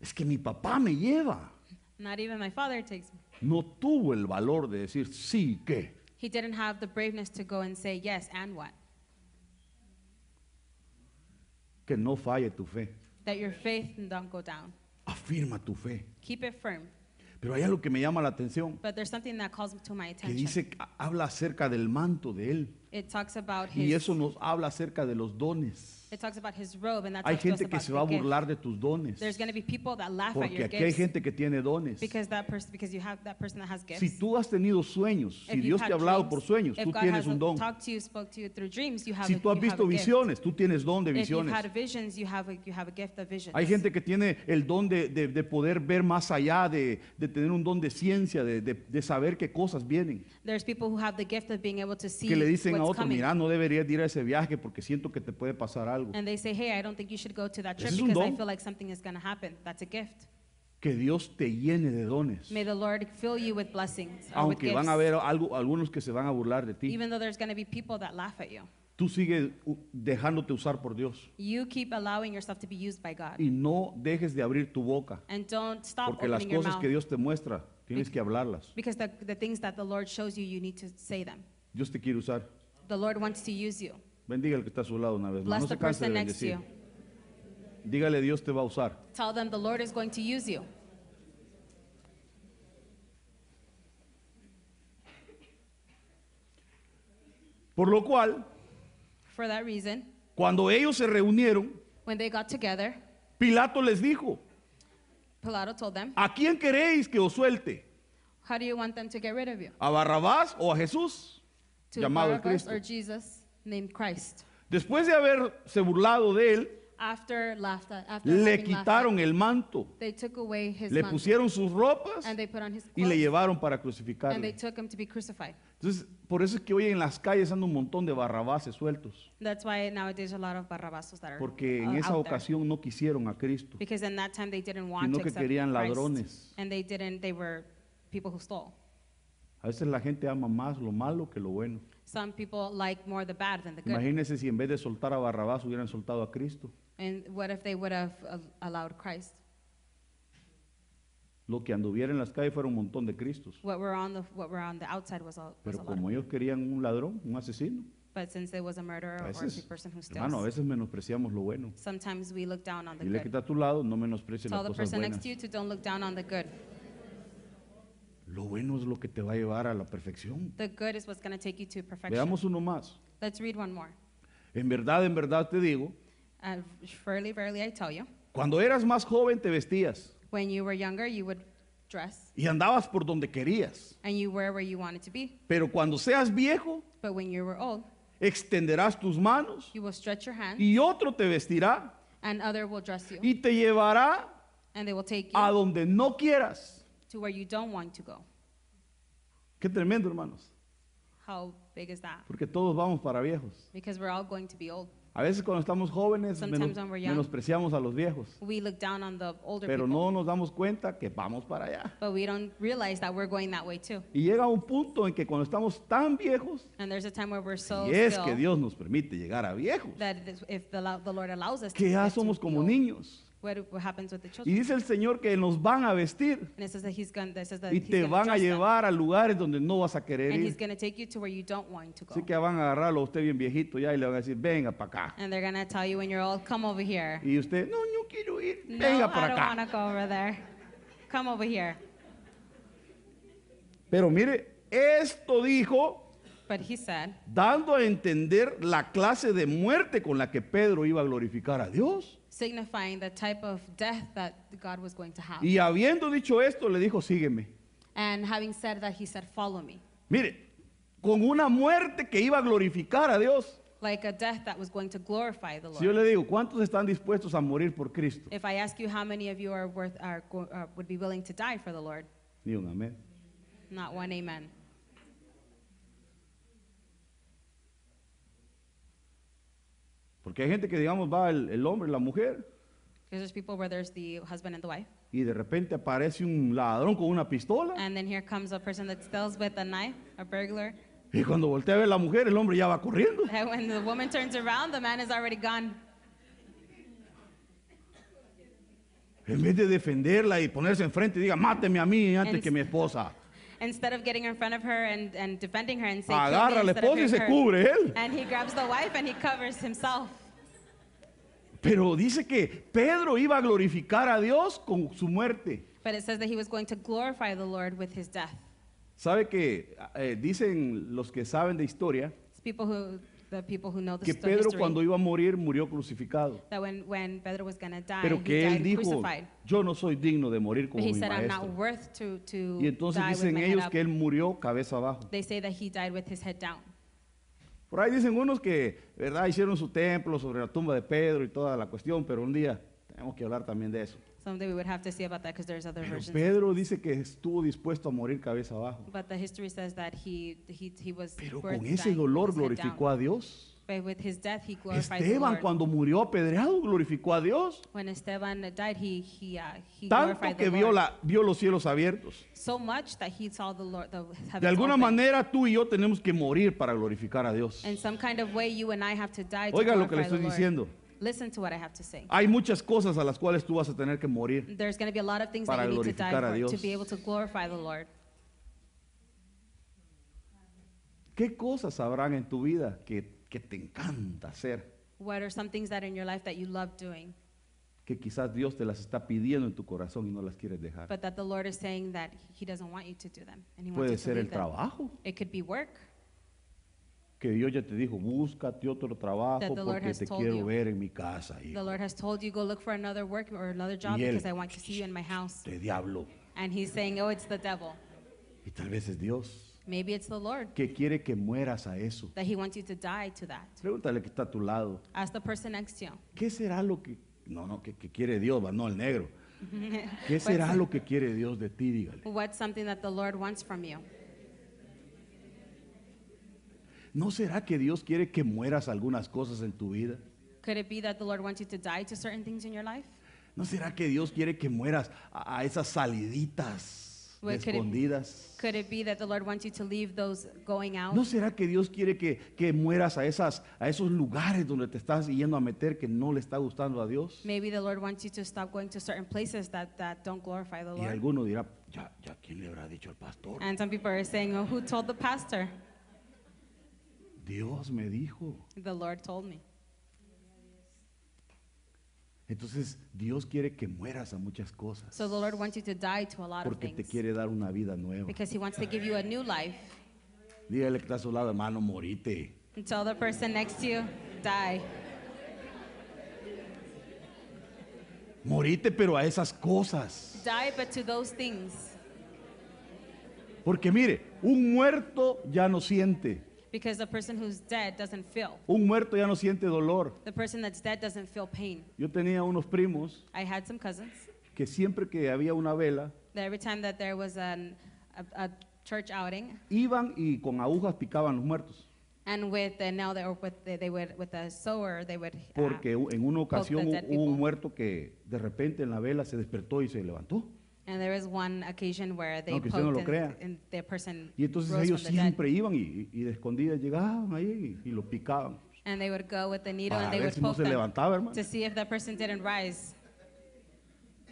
A: Es que mi papá me lleva.
B: Not even my father takes me.
A: No tuvo el valor de decir, sí, ¿qué?
B: He didn't have the braveness to go and say, Yes, and what?
A: Que no falle tu fe.
B: That your faith don't go down.
A: Afirma tu fe.
B: Keep it firm.
A: Pero hay algo que me llama la atención,
B: But there's something that calls to my
A: que
B: attention.
A: dice, habla acerca del manto de él.
B: it talks about his
A: Y eso nos habla acerca de los dones.
B: it talks about his robe and that
A: Hay
B: talks to us
A: gente que
B: about
A: se va a
B: the gift.
A: burlar de tus dones.
B: There's going to be people that laugh at
A: Porque
B: your
A: aquí hay
B: gifts
A: gente que tiene dones.
B: because that person because you have that person that has gifts.
A: Si tú has tenido sueños, si
B: If you've
A: Dios
B: had
A: te ha hablado
B: dreams,
A: por sueños,
B: if
A: tú
B: God
A: tienes
B: has
A: un don.
B: talked to you, spoke to you through dreams, you have
A: Si
B: a,
A: tú has
B: you have
A: visto
B: a gift.
A: visiones, tú tienes don de
B: If you've
A: visiones.
B: had visions, you have a, you have a gift of visions.
A: Hay gente que tiene el don de, de- de poder ver más allá, de, de tener un don de ciencia, de, de- de saber qué cosas vienen.
B: There's people who have the gift of being able to see
A: Que le dicen a
B: what's
A: otro,
B: coming.
A: mira, no deberías de ir a ese viaje porque siento que te puede pasar algo.
B: And they say, hey, I don't think you should go to that
A: Ese
B: trip
A: es un
B: because I
A: don.
B: feel like something is going to happen. That's a gift.
A: Que Dios te llene de dones.
B: May the Lord fill you with blessings or with
A: Aunque van a
B: gifts,
A: haber algo, algunos que se van a burlar de ti.
B: even though there's going to be people that laugh at you.
A: Tú sigues u- dejándote usar por Dios.
B: You keep allowing yourself to be used by God.
A: Y no dejes de abrir tu boca.
B: And don't stop
A: Porque las
B: opening your
A: cosas
B: mouth
A: que Dios te muestra, tienes que hablarlas.
B: because the, the things that the Lord shows you, you need to say them.
A: Dios te quiere usar.
B: The Lord wants to use you.
A: Bendiga al que está a su lado una vez más.
B: Bless
A: No
B: the
A: se canse de
B: person next to
A: bendecir.
B: you.
A: Dígale, Dios te va a usar.
B: Tell them the Lord is going to use you.
A: Por lo cual,
B: For that reason,
A: cuando ellos se reunieron,
B: when they got together,
A: Pilato les dijo,
B: Pilato told them,
A: ¿a quién queréis que os suelte?
B: How do you want them to get rid of you?
A: ¿A Barrabás o a Jesús?
B: To
A: Llamado el
B: Barabbas
A: Cristo.
B: or Jesus named Christ.
A: Después de haberse burlado de él,
B: After laughed at, after
A: le
B: having laughed at,
A: quitaron el manto,
B: they took away his
A: le
B: mantle,
A: pusieron sus ropas
B: and they put on his
A: y le
B: clothes
A: llevaron para
B: and
A: crucificarlo.
B: they took him to be crucified.
A: Entonces, por eso es que hoy en las calles andan un montón de barrabases sueltos,
B: That's why nowadays a lot of barrabasos that are
A: porque
B: uh,
A: en esa
B: out there.
A: ocasión no quisieron a Cristo.
B: Because in that time they didn't want
A: Sino
B: to
A: que
B: accept
A: querían
B: Christ.
A: ladrones.
B: And they didn't, they were people who stole.
A: A veces la gente ama más lo malo que lo bueno.
B: Some people like more the bad than the good.
A: Imagínense si en vez de soltar a Barrabás hubieran soltado a Cristo.
B: And what if they would have uh, allowed Christ?
A: Lo que anduviera en las calles fuera un montón de Cristos.
B: What were on the, what were on the outside was all. Was a
A: Pero
B: lot.
A: como ellos querían un ladrón, un asesino,
B: But since it was a murderer
A: a
B: or a
A: veces,
B: person who steals,
A: hermano, a veces menospreciamos lo bueno.
B: sometimes we look down on the
A: Y le
B: good.
A: quita a tu lado, no menosprecies las
B: Tell the
A: cosas
B: person
A: buenas.
B: next to you to don't look down on the good.
A: Lo bueno es lo que te va a llevar a la perfección.
B: The good is what's going to take you to perfection.
A: Veamos uno más.
B: Let's read one more.
A: En verdad, en verdad te digo,
B: Uh, verily, verily, I tell you,
A: cuando eras más joven te vestías
B: when you were younger, you would dress
A: y andabas por donde querías.
B: and you were where you wanted to be.
A: Pero cuando seas viejo,
B: But when you were old,
A: extenderás tus manos
B: you will stretch your hand,
A: y otro te vestirá
B: and other will dress you,
A: y te llevará
B: and they will take
A: a
B: you
A: donde no quieras.
B: to where you don't want to go.
A: Qué tremendo, hermanos.
B: How big is that?
A: Porque todos vamos para viejos.
B: Because we're all going to be old.
A: A veces cuando estamos jóvenes menos-
B: Sometimes when we're young.
A: menospreciamos a los viejos,
B: We look down on the older
A: pero
B: people,
A: no nos damos cuenta que vamos para allá.
B: but we don't realize that we're going that way too.
A: Y llega un punto en que cuando estamos tan viejos,
B: And there's a time where we're so
A: y es
B: still
A: que Dios nos permite llegar a viejos,
B: that it is- if the, lo- the Lord allows us
A: que
B: to,
A: ya
B: get to
A: somos
B: be
A: como
B: old,
A: niños.
B: what, what happens with the
A: Y
B: children?
A: dice el Señor que nos van a vestir
B: and it says that he's going to says that
A: y
B: he's
A: te
B: gonna
A: van a
B: dress them,
A: llevar a lugares donde no vas a querer
B: and
A: ir.
B: he's going to take you to where you don't want to go.
A: Así que van a agarrarlo a usted bien viejito ya y le van a decir, venga para acá.
B: And they're going to tell you when you're old, come over here.
A: Y usted, no, yo quiero ir,
B: No,
A: venga
B: I
A: para
B: don't want
A: acá.
B: to go over there. Come over here.
A: Pero mire, esto dijo
B: But he said,
A: dando a entender la clase de muerte con la que Pedro iba a glorificar a Dios.
B: signifying the type of death that God was going to have.
A: Y habiendo dicho esto, le dijo, sígueme.
B: And having said that, he said, Follow me.
A: Mire, con una muerte que iba a glorificar a Dios.
B: Like a death that was going to glorify the
A: Si yo
B: Lord.
A: le digo, ¿cuántos están dispuestos a morir por Cristo?
B: If I ask you how many of you are worth, are, go- uh, would be willing to die for the Lord,
A: Ni un amén.
B: not one amen.
A: Porque hay gente que, digamos, va el, el hombre, la mujer,
B: Because there's people where there's the husband and the wife.
A: y de repente aparece un ladrón con una pistola.
B: And then here comes a person that steals with a knife, a burglar. <laughs>
A: Y cuando voltea a ver la mujer, el hombre ya va corriendo.
B: And when the woman turns around, the man is already gone.
A: En vez de defenderla y ponerse enfrente y diga, máteme a mí antes que mi esposa.
B: Instead of getting in front of her and, and defending her and saying,
A: Agarra a la esposa y se cubre él.
B: And he grabs the wife and he covers himself.
A: Pero dice que Pedro iba a glorificar a Dios con su muerte.
B: But it says that he was going to glorify the Lord with his death.
A: ¿Sabe que eh, dicen los que saben de historia
B: It's people who, the people who know the
A: que
B: sto-
A: Pedro
B: history,
A: cuando iba a morir murió crucificado?
B: that when, when Pedro was going to die,
A: Pero
B: he
A: que
B: died
A: él dijo,
B: crucified.
A: yo no soy digno de morir
B: But
A: como
B: he
A: mi
B: said, I'm not
A: maestro.
B: worth to, to
A: Y entonces
B: die with
A: dicen
B: my head
A: ellos
B: up.
A: que él murió cabeza abajo.
B: They say that he died with his head down.
A: Por ahí dicen unos que, ¿verdad? Hicieron su templo sobre la tumba de Pedro y toda la cuestión, pero un día tenemos que hablar también de eso.
B: Someday we would have to see about that because there's other
A: Pero
B: versions.
A: Pedro dice que estuvo dispuesto a morir cabeza abajo.
B: But the history says that he, he, he was
A: Pero
B: worth
A: con ese
B: dying with
A: dolor
B: his head down.
A: glorificó a Dios.
B: But with his death, he glorified the
A: Esteban
B: Lord.
A: cuando murió apedreado glorificó a Dios.
B: When Esteban died, he, he, uh, he
A: Tanto
B: glorified
A: que
B: the
A: vio,
B: Lord.
A: la, vio los cielos abiertos.
B: So much that he saw the Lord, the heavens
A: De alguna
B: open.
A: manera tú y yo tenemos que morir para glorificar a Dios.
B: In some kind of way, you and I have to die to
A: Oiga lo que le
B: glorify the
A: estoy
B: Lord.
A: diciendo.
B: Listen to what I have to say.
A: Hay muchas cosas a las cuales tú vas a tener que morir.
B: There's going to be a lot of things
A: Para
B: that you need to die
A: glorificar a
B: for to
A: Dios.
B: be able to glorify the Lord.
A: ¿Qué cosas habrán en tu vida que, que te encanta hacer?
B: What are some things that in your life that you love doing,
A: Que quizás Dios te las está pidiendo en tu corazón y no las quieres dejar.
B: but that the Lord is saying that He doesn't want you to do them? And he wants
A: Puede
B: you to
A: ser el
B: leave them.
A: trabajo.
B: It could be work.
A: Que Dios ya te dijo, búscate otro trabajo
B: That the Lord
A: porque
B: has
A: te
B: told
A: quiero
B: you.
A: ver en mi casa. hijo".
B: The Lord has told you, go look for another work or another job
A: Y él,
B: because I want to see you in my house.
A: Te diablo.
B: And He's saying, oh, it's the devil.
A: Y tal vez es Dios
B: Maybe it's the Lord
A: que quiere que mueras a eso.
B: that He wants you to die to that.
A: Pregúntale que está a tu lado.
B: Ask the person next to you.
A: ¿Qué será lo que... No, no, que, que quiere Dios, va, no el negro. ¿Qué será lo que quiere Dios de ti? Dígale.
B: What's something that the Lord wants from you?
A: ¿No será que Dios quiere que mueras algunas cosas en tu vida?
B: Could it be that the Lord wants you to die to certain things in your life?
A: ¿No será que Dios quiere que mueras a, a esas saliditas de
B: Well, could it-
A: escondidas?
B: Could it be that the Lord wants you to leave those going out?
A: ¿No será que Dios quiere que, que mueras a, esas, a esos lugares donde te estás yendo a meter que no le está gustando a Dios?
B: Maybe the Lord wants you to stop going to certain places that, that don't glorify the
A: Y
B: Lord.
A: alguno dirá, ya, ya, ¿quién le habrá dicho al pastor?
B: And some people are saying, oh, who told the pastor?
A: Dios me dijo.
B: The Lord told me.
A: Entonces Dios quiere que mueras a muchas cosas
B: So the Lord wants you to die to a lot of
A: porque te
B: things.
A: quiere dar una vida nueva.
B: Because he wants to give you a new life.
A: Dígale que está a su lado, hermano, morite.
B: And tell the person next to you, die.
A: Morite, pero a esas cosas.
B: Die, but to those things.
A: Porque mire, un muerto ya no siente.
B: Because the person who's dead doesn't feel.
A: Un muerto ya no siente dolor.
B: The person that's dead doesn't feel pain.
A: Yo tenía unos primos
B: I had some cousins
A: que siempre que había una vela,
B: that every time that there was an, a, a church outing,
A: iban y con agujas picaban los muertos.
B: and with the now they were with the, they would with a sower they would uh,
A: Porque u- en una ocasión
B: the
A: hu-
B: dead
A: hubo un
B: people.
A: muerto que de repente en la vela se despertó y se levantó.
B: and there was one occasion where they
A: Aunque usted
B: poked
A: no lo
B: and,
A: crea.
B: and the person
A: Y entonces
B: rose
A: ellos
B: from the dead,
A: siempre iban y, y de escondidas llegaban ahí y, y lo picaban.
B: and they would go with the needle
A: Para
B: and they
A: ver
B: would
A: si no
B: poke
A: se
B: them
A: levantaba, hermano.
B: to see if that person didn't rise.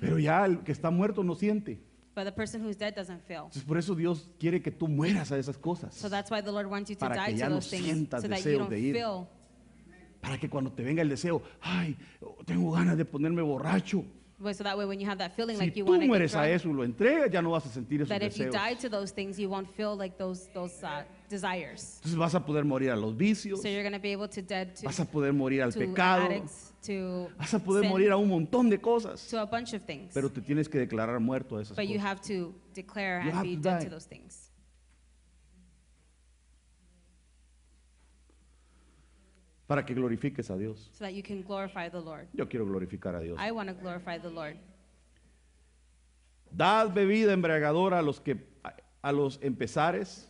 A: Pero ya el que está muerto no siente.
B: But the person who's dead doesn't feel.
A: Entonces por eso Dios quiere que tú mueras a esas cosas.
B: So that's why the Lord wants you to
A: Para
B: die
A: que ya
B: to
A: no
B: those things
A: sientas
B: so that you
A: deseos
B: don't
A: de ir.
B: feel.
A: Para que cuando te venga el deseo, ay, oh, tengo ganas de ponerme borracho.
B: Well, So that way when you have that feeling
A: Si
B: like you
A: tú
B: want to get
A: mueres a
B: drunk,
A: eso y lo entregas, ya no vas a sentir esos
B: that if you
A: deseos.
B: die to those things, you won't feel like those, those uh, desires.
A: Entonces vas a poder morir a los vicios,
B: So you're going to be able to dead to,
A: vas a poder morir al
B: to
A: pecado,
B: addicts, to
A: vas a poder
B: sin,
A: morir a un montón de cosas.
B: to a bunch of things.
A: Pero te tienes que declarar muerto a esas
B: but you
A: cosas.
B: have to declare
A: You
B: and
A: have
B: be
A: to
B: dead
A: die.
B: to those things.
A: Para que glorifiques a Dios.
B: So that you can glorify the Lord.
A: Yo quiero glorificar a Dios.
B: I want to glorify the Lord.
A: Dad bebida embriagadora a los que a- a los empezares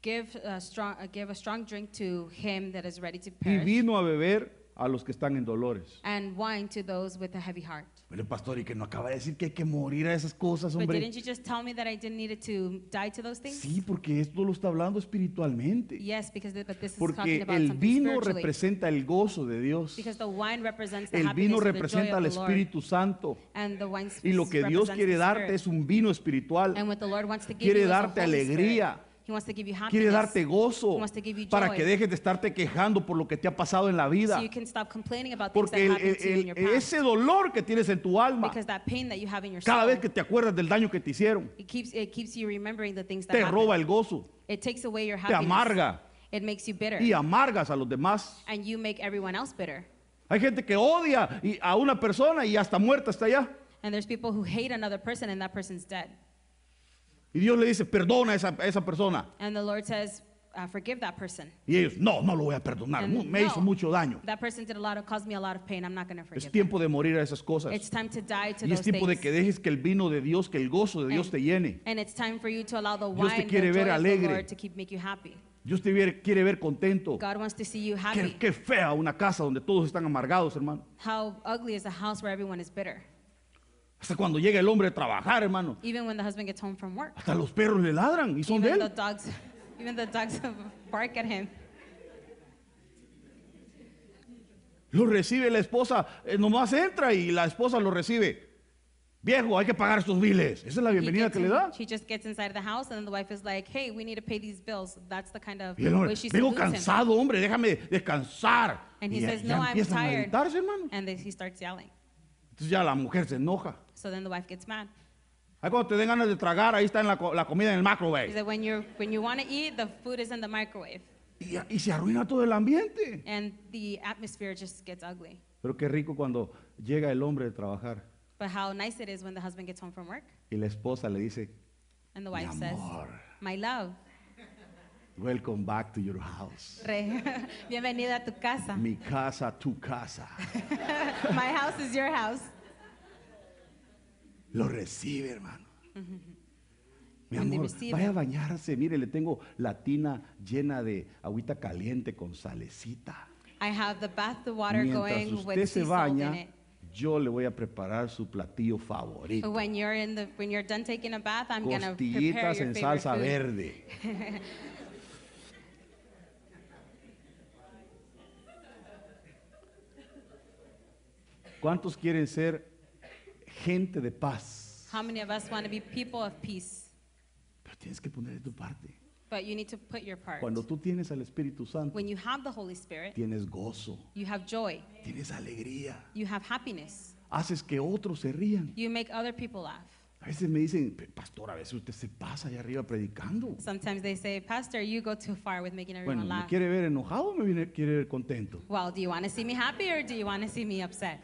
B: Give a strong, uh, give a strong drink to him that is ready to
A: y
B: perish,
A: vino a beber a los que están en dolores.
B: and wine to those with a heavy heart.
A: Pero el pastor, y que no acaba de decir que hay que morir a esas cosas,
B: But
A: hombre.
B: didn't you just tell me that I didn't need to die to those things?
A: Sí, porque esto lo está hablando espiritualmente.
B: Yes, because th- but this is talking
A: Porque
B: about
A: el
B: something
A: vino
B: spiritually.
A: representa el gozo de Dios.
B: Because the wine represents the
A: El vino
B: happiness and the joy
A: representa
B: of
A: al
B: the Lord.
A: Espíritu Santo.
B: And the wine
A: Y lo que Dios
B: represents
A: quiere
B: the
A: darte
B: Spirit.
A: es un vino
B: And
A: espiritual.
B: what the Lord wants to give
A: Quiere
B: you is the
A: darte
B: Holy Spirit.
A: alegría.
B: He wants to give you
A: Quiere
B: happiness.
A: darte gozo
B: He wants to give you
A: para
B: joy.
A: que dejes de estarte quejando por lo que te ha pasado en la vida.
B: So you can stop complaining about things
A: Porque
B: that
A: el-
B: happened to you in
A: el-
B: your
A: el-
B: past.
A: ese dolor que tienes en tu alma,
B: Because that pain that you have in your
A: cada
B: soul,
A: vez que te acuerdas del daño que te hicieron,
B: it keeps it keeps you remembering the things that
A: te
B: happened.
A: roba el gozo,
B: It takes away your
A: te
B: happiness.
A: amarga
B: It makes you bitter.
A: y amargas a los demás.
B: And you make everyone else bitter.
A: Hay gente que odia y- a una persona y hasta muerta está allá.
B: And there's people who hate another person and that person's dead.
A: Y Dios le dice, perdona a esa, a esa persona.
B: And the Lord says, uh, forgive that person.
A: Y ellos, no, no lo voy a perdonar,
B: And
A: mu- me
B: no,
A: hizo mucho daño.
B: That person did a lot of, caused me a lot of pain. I'm not going to
A: Es
B: forgive them.
A: tiempo de morir a esas cosas.
B: It's time to die to
A: Y es
B: those
A: tiempo de
B: things.
A: que dejes que el vino de Dios, que el gozo de Dios
B: And-
A: te llene.
B: And it's time for you to allow the
A: Dios te
B: wine, the
A: quiere ver
B: joy of the
A: alegre.
B: Lord to keep make you happy.
A: Dios te vier- quiere ver contento.
B: God wants to see you
A: Qué,
B: happy.
A: qué fea una casa donde todos están amargados, hermano.
B: How ugly is a house where everyone is bitter?
A: Hasta cuando llega el hombre a trabajar, hermano.
B: Even when the husband gets home from work.
A: Hasta los perros le ladran y son de
B: Even the
A: él.
B: dogs, even the dogs <laughs> bark at him.
A: Lo recibe la esposa, eh, nomás entra y la esposa lo recibe. Viejo, hay que pagar estos biles. Esa es la
B: He
A: bienvenida
B: gets
A: que le
B: in-
A: da.
B: She just gets inside the house, and then the wife is like, "Hey, we need to pay these bills." That's the kind of
A: Y el hombre,
B: way she
A: vengo
B: seduces him.
A: cansado, hombre, déjame descansar.
B: And he
A: ya-
B: says,
A: ya
B: "No, I'm
A: empiezan a
B: tired."
A: gritarse, hermano.
B: And then he starts yelling.
A: Entonces ya la mujer se enoja.
B: So then the wife gets mad.
A: Ahí cuando te den ganas de tragar, ahí está en la, co- la comida en el
B: Is
A: microwave.
B: that when you're when you want to eat, the food is in the microwave,
A: Y, y se arruina todo el ambiente.
B: and the atmosphere just gets ugly.
A: Pero qué rico cuando llega el hombre de trabajar
B: But how nice it is when the husband gets home from work,
A: y la esposa le dice,
B: and the
A: mi
B: wife says,
A: amor,
B: "My love,
A: welcome back to your house.
B: re- <laughs> bienvenida a tu casa.
A: Mi casa, tu casa.
B: <laughs> My house is your house.
A: Lo recibe, hermano. Mi
B: When they
A: amor,
B: receive
A: vaya a
B: it.
A: bañarse. Mire, le tengo la tina llena de agüita caliente con salecita.
B: I have the bath, the water
A: Mientras
B: going
A: usted
B: with sea
A: se
B: salt in
A: baña,
B: it."
A: yo le voy a preparar su platillo favorito.
B: When you're in the when you're done taking a bath, I'm gonna prepare
A: Costillitas
B: your
A: en
B: favorite
A: salsa
B: food.
A: verde.
B: <laughs>
A: ¿Cuántos quieren ser gente de paz?
B: How many of us want to be people of peace?
A: Pero tienes que poner de tu parte.
B: But you need to put your part.
A: Cuando tú tienes al Espíritu Santo,
B: When you have the Holy Spirit,
A: tienes gozo,
B: you have joy,
A: tienes alegría,
B: you have happiness,
A: haces que otros se rían.
B: you make other people laugh.
A: A veces me dicen, "Pe- pastor, a veces usted se pasa allá arriba predicando.
B: Sometimes they say, Pastor, you go too far with making
A: Bueno,
B: everyone
A: ¿me
B: laugh.
A: quiere ver enojado o me viene- quiere ver contento?
B: Well, do you want to see me happy or do you want to see me upset?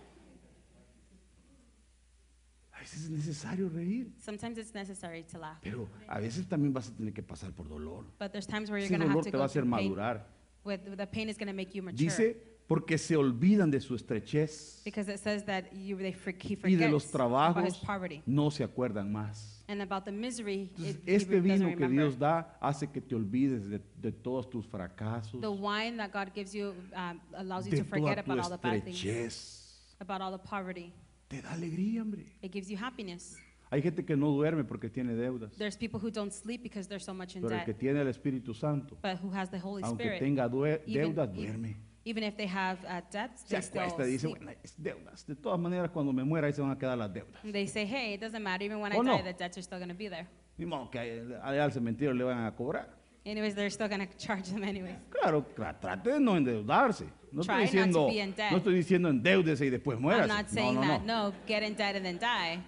A: A veces es necesario reír.
B: Sometimes it's necessary to laugh,
A: Pero a veces también vas a tener que pasar por dolor.
B: but there's times where you're
A: Ese
B: gonna have
A: dolor
B: to
A: te va a
B: go
A: hacer
B: through pain.
A: madurar.
B: With the pain is gonna make you mature,
A: Dice, porque se olvidan de su estrechez
B: because it says that you they for, he
A: y de los
B: forgets about his
A: trabajos
B: poverty.
A: no se acuerdan más.
B: and about the misery
A: Entonces,
B: it- he
A: este
B: doesn't
A: vino que
B: remember.
A: Dios da hace que te olvides de, de todos tus fracasos,
B: the wine that God gives you um, allows you
A: de
B: to forget
A: toda tu
B: about all the bad things,
A: estrechez.
B: about all the poverty.
A: Te da alegría, hombre.
B: It gives you happiness.
A: Hay gente que no duerme porque tiene deudas,
B: There's people who don't sleep because they're so much in
A: pero el que
B: debt,
A: tiene el Espíritu Santo,
B: but who has the Holy
A: aunque
B: Spirit,
A: tenga due-
B: even,
A: deudas,
B: e-
A: duerme.
B: even if they have uh, debts,
A: Se
B: they still
A: acuesta y dice,
B: sleep.
A: bueno, es deudas. De todas maneras, cuando me muera, ahí se van a quedar las deudas.
B: And They say, hey, it doesn't matter. Even when
A: Oh,
B: I die,
A: no.
B: the debts are still going to be there.
A: Ni modo que al- al cementerio le van a cobrar.
B: Anyways, they're still going to <laughs> charge them anyways.
A: Claro, tra- trate de no endeudarse. No estoy
B: Try not to
A: diciendo,
B: be in debt.
A: no estoy diciendo endeudese y después mueras.
B: I'm not
A: No,
B: saying
A: no,
B: that.
A: no.
B: No, get in debt and then die.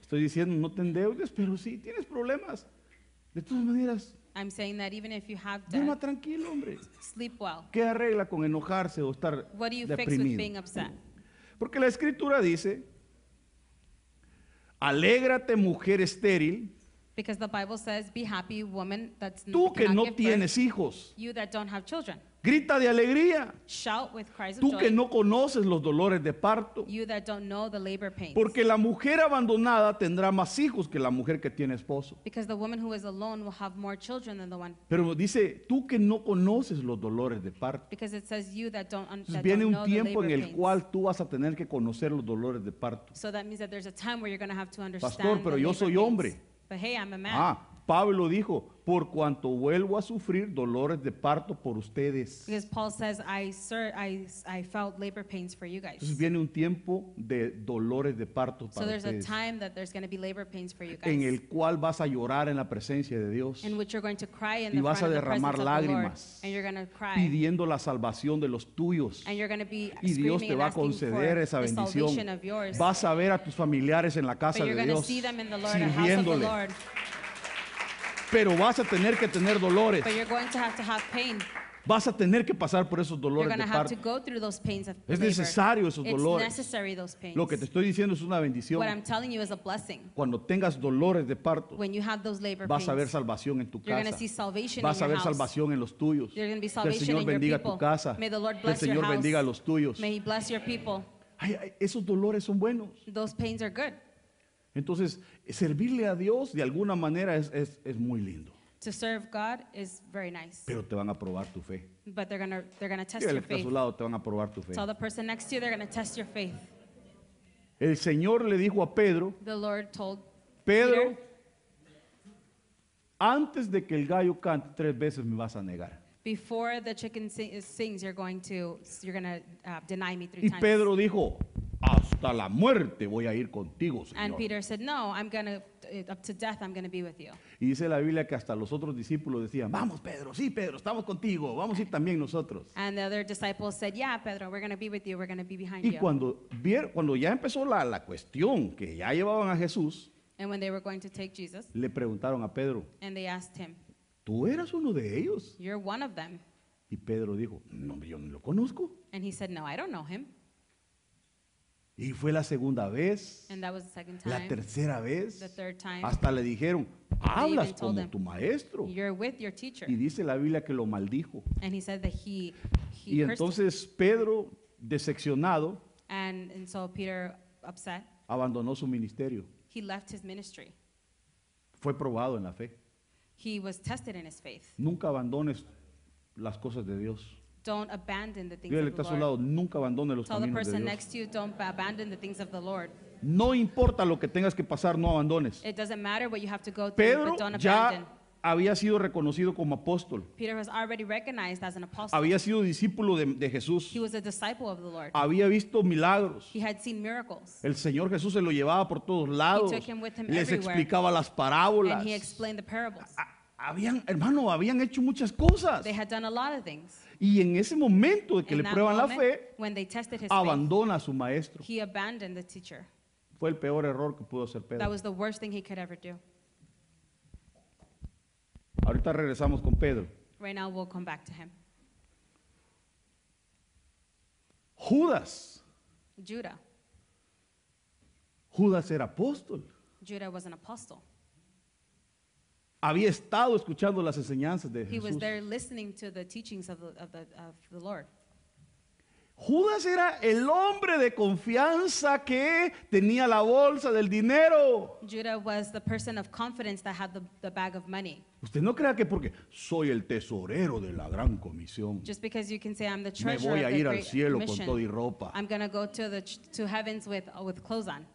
A: Estoy diciendo no te endeudes, pero sí tienes problemas. De todas maneras,
B: I'm saying that even if you have
A: duerma
B: debt,
A: tranquilo, hombre.
B: sleep well.
A: ¿Qué arregla con enojarse o estar
B: What do you fix with being
A: deprimido?
B: upset?
A: Porque la escritura dice, alégrate mujer estéril,
B: Because the Bible says, "Be happy, woman that's
A: tú que
B: cannot
A: no
B: give birth,
A: tienes hijos.
B: you that don't have children."
A: Grita de alegría.
B: Shout with cries of
A: Tú que
B: joy.
A: no conoces los dolores de parto.
B: You that don't know the labor pains.
A: Porque la mujer abandonada tendrá más hijos que la mujer que tiene esposo.
B: Because the woman who is alone will have more children than the one.
A: Pero dice, tú que no conoces los dolores de parto.
B: Because it says you that don't, un-
A: Entonces
B: that
A: viene
B: don't
A: un
B: know the
A: tiempo en
B: labor
A: el
B: pains.
A: cual tú vas a tener que conocer los dolores de parto.
B: So that means that there's a time where you're going to have to understand.
A: Pastor,
B: the
A: pero yo
B: labor
A: soy
B: pains.
A: hombre.
B: But hey, I'm a man.
A: Ah, Pablo dijo, por cuanto vuelvo a sufrir dolores de parto por ustedes.
B: Because Paul says, I, sir, I, I felt labor pains for you guys.
A: Entonces viene un tiempo de dolores de parto
B: So
A: para
B: there's a
A: ustedes,
B: time that there's going to be labor pains for you guys.
A: en el cual vas a llorar en la presencia de Dios,
B: in which you're going to cry in
A: Y
B: the
A: vas
B: front
A: a
B: of the presence
A: derramar
B: of the Lord,
A: lágrimas.
B: and you're going to cry.
A: pidiendo la salvación de los tuyos.
B: and you're going to be
A: Y Dios
B: screaming
A: te
B: and
A: va a
B: asking
A: conceder
B: for
A: esa
B: the
A: bendición.
B: salvation of yours.
A: Vas a ver a tus familiares en la casa de
B: but you're going to
A: Dios
B: see them in the Lord, the house of the
A: sirviéndole.
B: Lord.
A: Pero vas a tener que tener dolores.
B: But you're going to have to have pain.
A: Vas a tener que pasar por esos
B: You're
A: dolores
B: going
A: de
B: to have to
A: parto.
B: go through those pains of
A: Es
B: labor.
A: necesario esos
B: It's
A: dolores.
B: necessary, those pains.
A: Lo que te estoy diciendo es una bendición.
B: what I'm telling you is a blessing.
A: Cuando tengas dolores de parto,
B: When you have those labor
A: vas a ver
B: pains,
A: salvación en tu
B: you're going
A: casa.
B: to see salvation
A: Vas a
B: in your
A: ver
B: house.
A: salvación en los tuyos. Que
B: There's gonna be
A: el
B: salvation
A: Señor
B: in your
A: bendiga tu
B: people.
A: casa. Que
B: May the Lord
A: el
B: bless your
A: Señor
B: house.
A: bendiga a los tuyos.
B: May He bless your people.
A: Ay, ay, esos dolores son buenos.
B: Those pains are good.
A: Entonces, servirle a Dios de alguna manera es, es- es muy lindo.
B: To serve God is very nice.
A: Pero te van a probar tu fe.
B: But they're gonna they're gonna test
A: Dígale
B: your
A: que está a
B: faith.
A: su lado, te van a probar tu fe.
B: Tell the person next to you they're gonna test your faith.
A: El Señor le dijo a Pedro,
B: The Lord told
A: Pedro,
B: Peter,
A: antes de que el gallo cante tres veces me vas a negar.
B: before the chicken sing, sings, you're going to you're gonna uh, deny me three
A: Y
B: times.
A: Pedro dijo, hasta la muerte voy a ir contigo,
B: and
A: Señor.
B: Peter said, No, I'm gonna uh, up to death. I'm gonna be with you.
A: Y dice la Biblia que hasta los otros discípulos decían, vamos Pedro, sí Pedro, estamos contigo, vamos a ir también nosotros.
B: And the other disciples said, Yeah, Pedro, we're gonna be with you. We're gonna be behind
A: Y
B: you.
A: cuando, vier- cuando ya empezó la, la cuestión que ya llevaban a Jesús,
B: and when they were going to take Jesus,
A: le preguntaron a Pedro,
B: and they asked him,
A: ¿tú eras uno de ellos?
B: You're one of them.
A: Y Pedro dijo, no, yo no lo conozco.
B: And he said, No, I don't know him.
A: Y fue la segunda vez,
B: And that was the second
A: la
B: time.
A: tercera vez,
B: The third time.
A: hasta le dijeron, hablas
B: even told
A: como
B: them,
A: tu maestro.
B: You're with your teacher.
A: Y dice la Biblia que lo maldijo.
B: And he said that he, he
A: Y
B: cursed him.
A: entonces Pedro, decepcionado,
B: And, and so Peter, upset,
A: abandonó su ministerio.
B: he left his ministry.
A: Fue probado en la fe.
B: He was tested in his faith.
A: Nunca abandones las cosas de Dios.
B: Don't abandon the things
A: Dios
B: of
A: está a
B: the
A: su
B: Lord.
A: lado, nunca abandone los
B: Tell the
A: caminos de
B: person
A: Dios.
B: next to you, don't ba- abandon the things of the Lord.
A: No importa lo que tengas que pasar, no abandones.
B: It doesn't matter what you have to go through,
A: Pedro
B: but don't abandon.
A: ya había sido reconocido como apóstol,
B: Peter was already recognized as an apostle.
A: había Ah. sido discípulo de, de Jesús,
B: he was a disciple of the Lord.
A: había visto milagros.
B: he had seen miracles.
A: El Señor Jesús se lo llevaba por todos lados,
B: took him with him
A: les
B: everywhere.
A: explicaba las
B: And
A: parábolas. Ah,
B: he explained the parables.
A: Ha- Habían, hermano, habían hecho muchas cosas.
B: They had done a lot of things.
A: Y en ese momento de ah. que le
B: In that
A: prueban la
B: moment,
A: fe,
B: when they tested his faith,
A: abandona a su maestro.
B: He abandoned the teacher.
A: Fue el peor error que pudo hacer
B: That
A: Pedro.
B: was the worst thing he could ever do.
A: Ahorita regresamos con Pedro.
B: Right now, we'll come back to him.
A: Judas.
B: Judah.
A: Judas era apóstol.
B: Judah was an apostle.
A: Había estado escuchando las enseñanzas de
B: He was
A: Jesús.
B: there listening to the teachings of the, of the, of the Lord.
A: Judas era el hombre de confianza que tenía la bolsa del dinero.
B: Judah was the person of confidence that had the, the bag of money.
A: Usted no crea que porque soy el tesorero de la gran comisión,
B: Just because you can say, I'm the
A: me
B: treasurer
A: voy a
B: of the
A: ir al
B: great
A: cielo con
B: commission,
A: todo y ropa.
B: I'm going to go to, the, ch- to heavens with, with clothes on.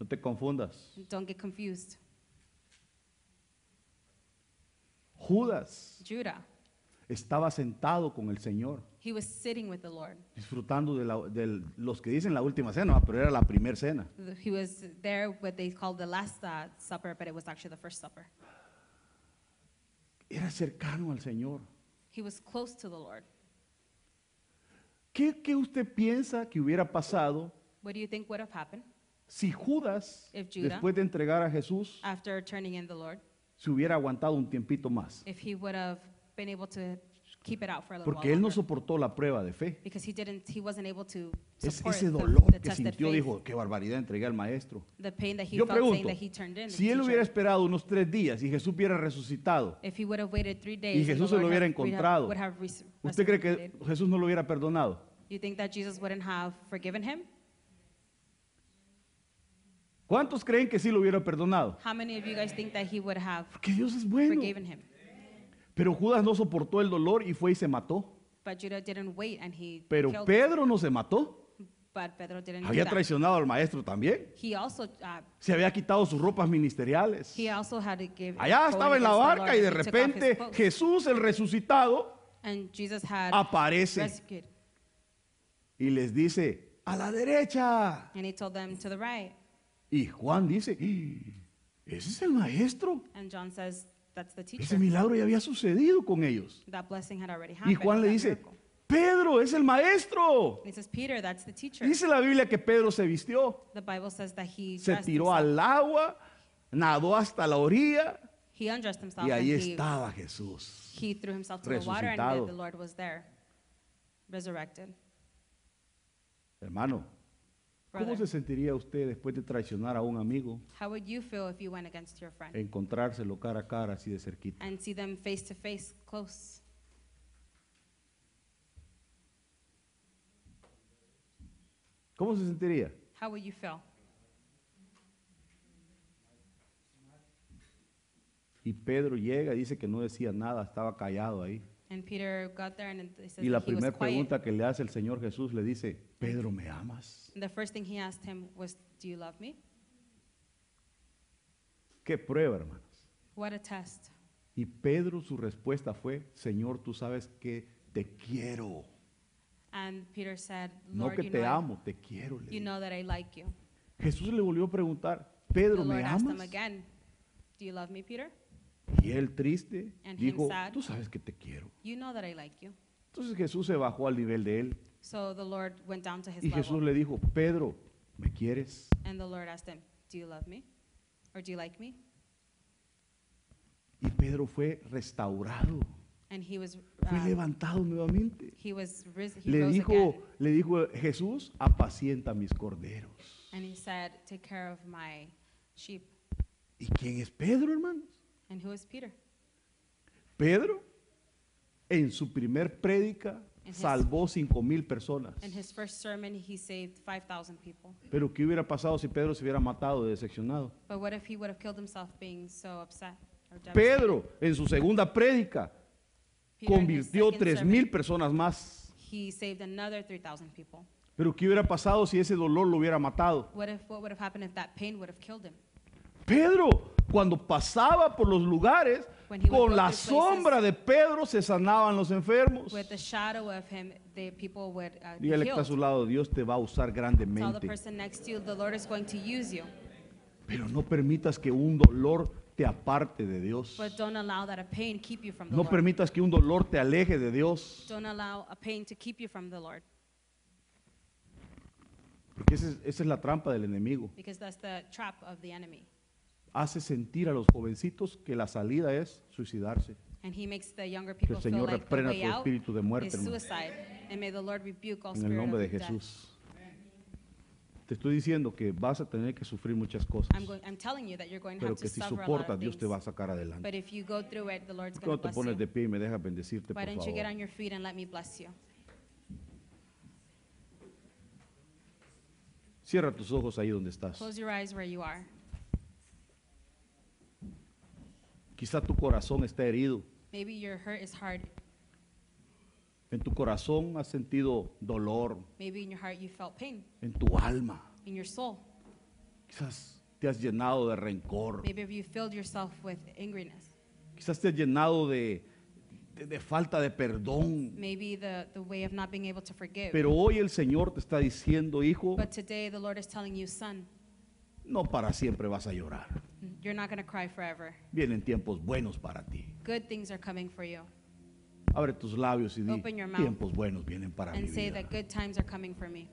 A: No te confundas.
B: Don't get confused.
A: Judas
B: Judah,
A: estaba sentado con el Señor,
B: he was sitting with the Lord.
A: disfrutando de, la- de los que dicen la última cena, pero era la primera cena.
B: He was there what they called the Last uh, Supper, but it was actually the First Supper.
A: Era cercano al Señor.
B: He was close to the Lord.
A: ¿Qué, qué usted piensa que hubiera pasado
B: What do you think would have happened
A: si Judas,
B: If Judas- Ah.
A: después de entregar a Jesús,
B: after turning in the Lord
A: se hubiera aguantado un tiempito más?
B: if he would have been able to keep it out for a little
A: Porque
B: while
A: él no
B: longer.
A: soportó la prueba de fe.
B: because he didn't, he wasn't able to
A: Es,
B: support
A: ese
B: the-
A: dolor
B: the,
A: que
B: test that
A: sintió,
B: faith,
A: dijo, qué barbaridad, entregué al maestro.
B: the pain that he
A: Yo
B: felt saying
A: pregunto,
B: that he turned in. to
A: si
B: the
A: él hubiera
B: teacher.
A: esperado unos tres días y Jesús hubiera resucitado,
B: if he would have waited three days,
A: y
B: the
A: Jesús se
B: Lord
A: lo hubiera
B: have- would have-
A: encontrado,
B: would have res-
A: ¿usted cree que
B: resurrected.
A: Jesús no lo hubiera perdonado?
B: You think that Jesus wouldn't have forgiven him?
A: ¿Cuántos creen que sí lo hubiera perdonado?
B: How many of you guys think that he would have
A: Porque Dios es bueno.
B: forgiven him?
A: Pero Judas no soportó el dolor y fue y se mató.
B: But Judah didn't wait and he
A: Pero
B: killed
A: Pedro no se mató.
B: him. But Pedro didn't do
A: Había
B: that.
A: traicionado al maestro también.
B: He also, uh,
A: Se había quitado sus ropas ministeriales.
B: he also had to give.
A: Allá
B: go
A: estaba en
B: against
A: la
B: the Lord
A: barca y de
B: and he took off his
A: repente
B: clothes.
A: Jesús el resucitado
B: And Jesus had
A: Ah, aparece
B: rescued.
A: y les dice, a la derecha.
B: And he told them to the right.
A: Y Juan dice, "¡Ah! ese es el maestro.
B: And John says, that's the teacher.
A: Ese milagro ya había sucedido con ellos.
B: That blessing had already
A: Y
B: happened.
A: Juan le
B: that
A: dice,
B: miracle.
A: Pedro es el maestro.
B: And He says, Peter, that's the teacher.
A: Dice la Biblia que Pedro se vistió,
B: The Bible says that he
A: se
B: dressed
A: tiró
B: himself.
A: al agua, nadó hasta la orilla
B: He undressed himself
A: y
B: and
A: ahí
B: he,
A: estaba Jesús.
B: he threw himself to the water and
A: Resucitado.
B: the, the Lord was there, resurrected.
A: Hermano, ¿cómo
B: Brother.
A: se sentiría usted después de traicionar a un amigo,
B: How would you feel if you went against your friend
A: encontrárselo cara a cara así de cerquita?
B: and see them face to face, close?
A: ¿Cómo se sentiría?
B: How would you feel?
A: Y Pedro llega y dice que no decía nada, estaba callado ahí.
B: And Peter got there and it says
A: Y la
B: that he was
A: primera
B: quiet.
A: pregunta que le hace el Señor Jesús le dice, Pedro, ¿me amas?
B: And the first thing he asked him was, "Do you love me?"
A: Qué prueba, hermanos.
B: What a test!
A: Y Pedro su respuesta fue, Señor, tú sabes que te quiero.
B: And Peter said,
A: No
B: "Lord,
A: que
B: you,
A: te
B: know I-
A: amo, te quiero. le
B: you
A: dijo.
B: know that I like you."
A: Jesús le volvió a preguntar,
B: the
A: Pedro,
B: Lord
A: ¿me
B: asked him
A: amas?
B: again, "Do you love me, Peter?"
A: Y él triste
B: And him
A: dijo,
B: sad.
A: tú sabes que te quiero.
B: You know that I like you.
A: Entonces Jesús se bajó al nivel de él
B: So the Lord went down to his
A: y
B: level,
A: Jesús le dijo, Pedro, ¿me quieres?
B: and the Lord asked him, "Do you love me, or do you like me?"
A: Y Pedro fue restaurado,
B: And he was
A: fue
B: uh,
A: levantado nuevamente.
B: he was ris- he
A: Le
B: rose
A: dijo,
B: again,
A: le dijo Jesús, apacienta mis corderos.
B: and he said, "Take care of my sheep."
A: ¿Y quién es Pedro, hermanos?
B: And who is Peter?
A: Pedro, en su primer prédica,
B: En Jes-
A: salvó cinco mil personas.
B: In his first sermon, he saved 5,000 people.
A: Pero ¿qué hubiera pasado si Pedro se hubiera matado, decepcionado?
B: But what if he would have killed himself being so upset? Or devastated?
A: Pedro, en su segunda prédica,
B: Peter, in his
A: convirtió
B: second
A: tres
B: sermon,
A: mil personas más.
B: He saved another 3,000 people.
A: Pero ¿qué hubiera pasado si ese dolor lo hubiera matado?
B: What if what would have happened if that pain would have killed him?
A: Pedro, cuando pasaba por los lugares,
B: When he would
A: con
B: go
A: la
B: through places-
A: sombra de Pedro se sanaban los enfermos.
B: With the shadow of him, the people would uh, be
A: Dígale que está a su
B: healed.
A: lado, Dios te va a usar
B: Tell the
A: grandemente.
B: person next to you, the Lord is going to use you.
A: Pero no permitas que un dolor te aparte de Dios.
B: But don't allow that a pain keep you from the
A: No
B: Lord.
A: permitas que un dolor te aleje de Dios.
B: Don't allow a pain to keep you from the Lord.
A: Porque esa es, esa es la trampa del enemigo.
B: Because that's the trap of the enemy.
A: Hace sentir a los jovencitos que la salida es suicidarse.
B: And he makes the younger
A: Que el
B: people feel
A: Señor
B: like the
A: reprenda
B: way
A: todo
B: out
A: espíritu de muerte,
B: is
A: hermano.
B: suicide. And may the Lord rebuke all
A: En el
B: spirit
A: nombre de
B: of death.
A: Jesús. Te estoy diciendo que vas a tener que sufrir muchas cosas.
B: I'm, going, I'm telling you that you're going to
A: Pero
B: have
A: que
B: to
A: si
B: suffer a lot
A: soportas,
B: of
A: Dios te va a
B: things.
A: sacar adelante.
B: But if you go through it, the Lord's
A: ¿Por qué
B: going
A: no
B: to
A: te
B: bless
A: pones de
B: you.
A: pie y me dejas bendecirte, por
B: Why don't you get
A: favor?
B: on your feet and let me bless you?
A: Cierra tus ojos ahí donde estás.
B: Close your eyes where you are.
A: Quizá tu corazón está herido.
B: Maybe your hurt is hard.
A: En tu corazón has sentido dolor.
B: Maybe in your heart you felt pain
A: En tu alma.
B: in your soul.
A: Quizás te has llenado de rencor.
B: Maybe you filled yourself with angriness.
A: Quizás te has llenado de, de- de falta de perdón.
B: Maybe the, the way of not being able to forgive.
A: Pero hoy el Señor te está diciendo, hijo,
B: But today the Lord is telling you, son,
A: no para siempre vas a llorar.
B: you're not going to cry forever.
A: Vienen tiempos buenos para ti.
B: Good things are coming for you.
A: Abre tus labios y di,
B: Open your mouth.
A: tiempos buenos vienen para mi
B: And say
A: vida.
B: that good times are coming for me.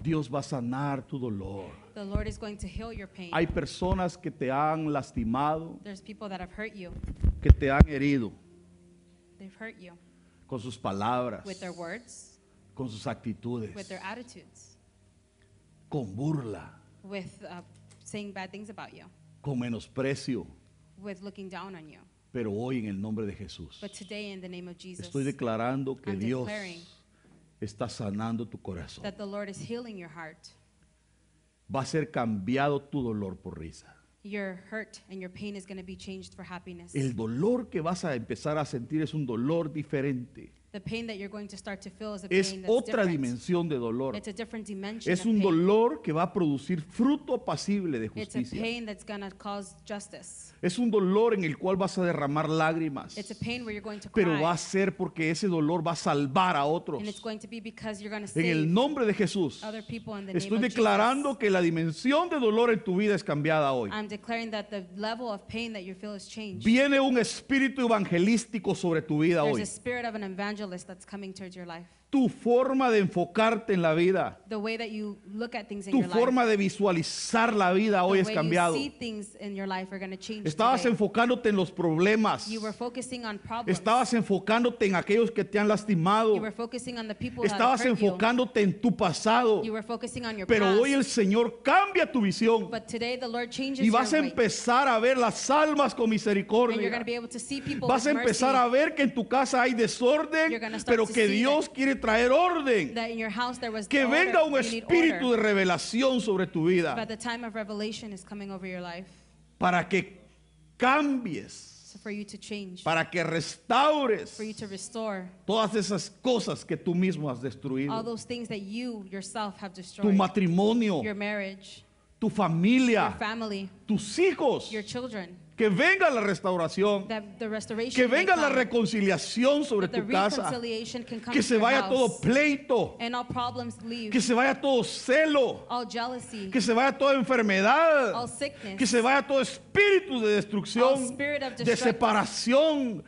A: Dios va a sanar tu dolor.
B: The Lord is going to heal your pain.
A: Hay personas que te han lastimado,
B: There's people that have hurt you.
A: que te han herido.
B: They've hurt you.
A: con sus palabras,
B: with their words,
A: con sus actitudes,
B: with their attitudes,
A: con burla,
B: with uh, saying bad things about you,
A: con menosprecio.
B: with looking down on you.
A: Pero hoy en el nombre de Jesús
B: But today, in the name of Jesus,
A: estoy declarando que
B: I'm
A: Dios
B: declaring
A: está sanando tu corazón.
B: that the Lord is healing your heart,
A: Va a ser cambiado tu dolor por risa.
B: your hurt and your pain is going to be changed for happiness.
A: El dolor que vas a empezar a sentir es un dolor diferente.
B: The pain that you're going to start to feel is a
A: Es
B: pain that's
A: otra
B: different.
A: dimensión de dolor.
B: It's a different dimension.
A: Es
B: of
A: un
B: pain.
A: dolor que va a producir fruto apacible de
B: It's a
A: justicia.
B: pain that's going to cause justice.
A: Es un dolor en el cual vas a derramar lágrimas.
B: It's a pain where you're going to cry.
A: Pero va a ser porque ese dolor va a salvar a otros.
B: and it's going to be because you're going to
A: En
B: save
A: el nombre de Jesús.
B: other people in the
A: Estoy
B: name of
A: declarando
B: Jesus.
A: que la dimensión de dolor en tu vida es cambiada hoy.
B: I'm declaring that the level of pain that you feel is changed.
A: Viene un espíritu evangelístico sobre tu vida
B: There's
A: hoy.
B: a spirit of an evangelist that's coming towards your life.
A: Tu forma de enfocarte en la vida,
B: The way that you look at things in
A: tu
B: your life,
A: forma de visualizar la vida
B: the
A: hoy
B: way
A: es cambiado.
B: you see things in your life are going to change.
A: Estabas
B: today.
A: enfocándote en los problemas.
B: You were focusing on problems.
A: Estabas enfocándote en aquellos que te han lastimado.
B: you were focusing on the people that
A: Estabas
B: hurt you.
A: enfocándote en tu pasado.
B: You were focusing on your
A: Pero
B: past.
A: hoy el Señor cambia tu visión
B: but today the Lord changes
A: y vas a
B: your way.
A: empezar a ver las almas con
B: And you're going
A: misericordia.
B: to be able to see people
A: Vas a
B: with
A: empezar a
B: mercy
A: ver que en tu casa hay desorden,
B: You're gonna start
A: pero
B: to
A: que
B: see
A: Dios quiere traer orden.
B: that in your house there was
A: Que
B: order.
A: venga un
B: You need
A: espíritu de
B: order.
A: revelación sobre tu vida
B: But the time of revelation is coming over your life
A: para que cambies,
B: so for you to change,
A: para que
B: for you
A: restaures
B: to restore
A: todas esas cosas que tú mismo has
B: all
A: destruido.
B: those things that you yourself have
A: Tu
B: destroyed.
A: matrimonio,
B: Your marriage,
A: tu
B: your
A: familia,
B: family,
A: tus hijos.
B: your children.
A: Que venga la restauración,
B: That the restoration
A: que
B: may
A: venga la
B: come,
A: reconciliación sobre
B: that the
A: tu casa.
B: reconciliation can come
A: Que
B: to
A: se
B: your
A: vaya
B: house,
A: todo pleito,
B: and all problems leave,
A: que se vaya todo celo,
B: all jealousy,
A: que se vaya toda enfermedad,
B: all sickness,
A: que se vaya todo espíritu de
B: All
A: destrucción,
B: spirit of
A: de
B: destruct-
A: separación,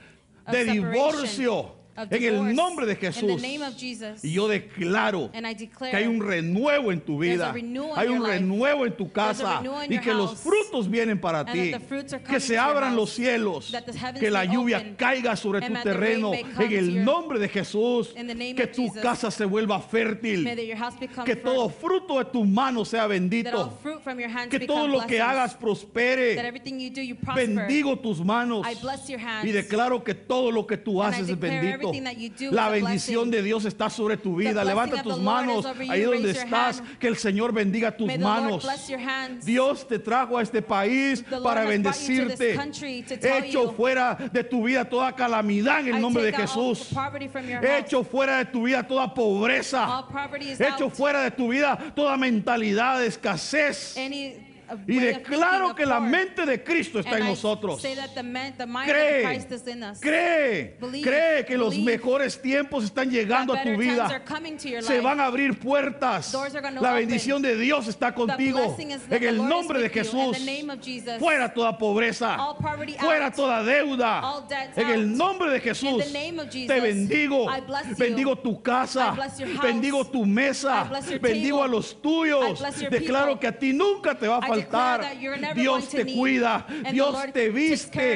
B: of
A: de
B: separation,
A: divorcio,
B: of
A: en el
B: divorce.
A: nombre de
B: In the
A: Jesús.
B: name of Jesus,
A: Y yo declaro
B: and I declare
A: que hay un renuevo en tu
B: There's
A: vida,
B: a renewal in
A: hay
B: your
A: un
B: life.
A: renuevo en tu casa
B: renewal in
A: y
B: your
A: que los
B: house.
A: frutos vienen para
B: And
A: ti,
B: that the fruits are
A: que
B: coming to
A: se
B: your
A: abran
B: house.
A: los cielos,
B: That the heavens
A: que la
B: may
A: lluvia
B: open.
A: caiga sobre
B: And
A: tu
B: that the rain
A: terreno
B: may come
A: en
B: to
A: el
B: your-
A: nombre de Jesús,
B: In the name
A: que
B: of
A: tu
B: Jesus.
A: casa se vuelva fértil,
B: may that your house become
A: que
B: fruit-
A: todo fruto de tu mano sea
B: that all
A: bendito,
B: fruit from your hands
A: que
B: become
A: todo lo que
B: blessings,
A: hagas
B: that
A: prospere.
B: everything you do you prosper.
A: Bendigo tus manos
B: I bless your hands.
A: y declaro que todo lo que tú
B: And I
A: haces es
B: declare
A: bendito.
B: everything that you do
A: La
B: is a
A: bendición
B: blessing.
A: de Dios está sobre tu vida.
B: blessing
A: Levanta
B: of
A: tus
B: the Lord is
A: manos
B: over you.
A: ahí donde
B: Raise your
A: estás.
B: hand.
A: Que el Señor bendiga tus
B: May the Lord
A: manos.
B: bless your hands.
A: Dios te trajo a este país
B: The Lord
A: para
B: has brought you to this
A: bendecirte.
B: country to tell
A: Hecho
B: you.
A: fuera de tu vida toda calamidad en el
B: I
A: nombre de
B: take out all
A: Jesús.
B: poverty from your house.
A: Hecho fuera de tu vida toda
B: All
A: pobreza.
B: poverty is
A: Hecho
B: out.
A: fuera de tu vida toda mentalidad de escasez.
B: Any, uh,
A: Y
B: way of thinking
A: declaro
B: of
A: que la
B: poor.
A: mente de Cristo está
B: And
A: en
B: I
A: nosotros.
B: Say that the, man, the mind of Christ is in
A: Cree,
B: us.
A: cree,
B: Believe,
A: cree que los
B: believe
A: mejores tiempos están
B: that
A: llegando a
B: better
A: tu
B: times are
A: vida.
B: coming to your
A: Se
B: life.
A: van a abrir puertas.
B: Doors are gonna
A: La
B: open.
A: bendición de Dios está contigo.
B: blessing is
A: En
B: that the
A: el
B: Lord is
A: nombre de
B: with you. In
A: Jesús.
B: the name of Jesus.
A: Fuera toda pobreza.
B: All poverty
A: Fuera
B: out.
A: toda deuda.
B: All debts
A: En el
B: out.
A: nombre de
B: In
A: Jesús.
B: the name of Jesus.
A: Te bendigo.
B: I bless you.
A: Bendigo tu casa.
B: I bless your house.
A: Bendigo tu mesa.
B: I bless your
A: Bendigo a
B: table.
A: los tuyos.
B: I bless your
A: Declaro
B: people.
A: que a ti nunca te va a
B: I declare
A: faltar.
B: that you're never
A: Dios
B: going to
A: te
B: need.
A: cuida.
B: And the
A: Dios te
B: Lord takes care of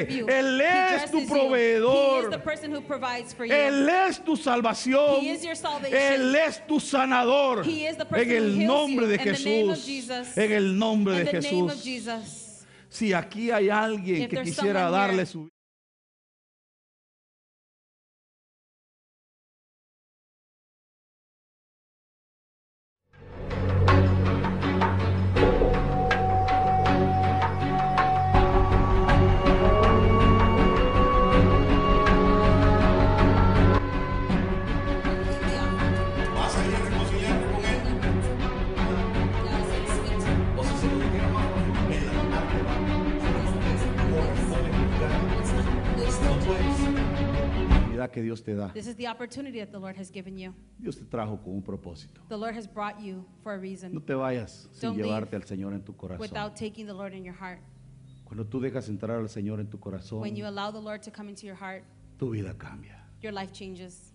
A: viste.
B: you.
A: Él
B: He
A: es
B: dresses
A: tu
B: you. He is the
A: proveedor.
B: person who provides for you.
A: Él es tu salvación.
B: He is your salvation.
A: Él es tu sanador.
B: He is the
A: En
B: person who heals
A: el
B: you.
A: nombre de
B: In the name of
A: Jesús.
B: Jesus.
A: En el nombre de
B: in the name of
A: Jesús.
B: Jesus.
A: Si aquí hay alguien
B: If
A: que
B: there's
A: quisiera
B: someone
A: darle
B: here-
A: su ¿Vas a ir a reconciliarte con él? ¿O si se lo dijeron más profundo, él la mandaba? No puedes. La que Dios te da.
B: This is the opportunity that the Lord has given you.
A: Dios te trajo con un propósito.
B: The Lord has brought you for a
A: No
B: reason
A: te vayas sin
B: Don't leave
A: llevarte al Señor en tu corazón.
B: without taking the Lord in your heart.
A: Cuando tú dejas entrar al Señor en tu corazón,
B: When you allow the Lord to come into your heart,
A: tu vida cambia.
B: your life changes.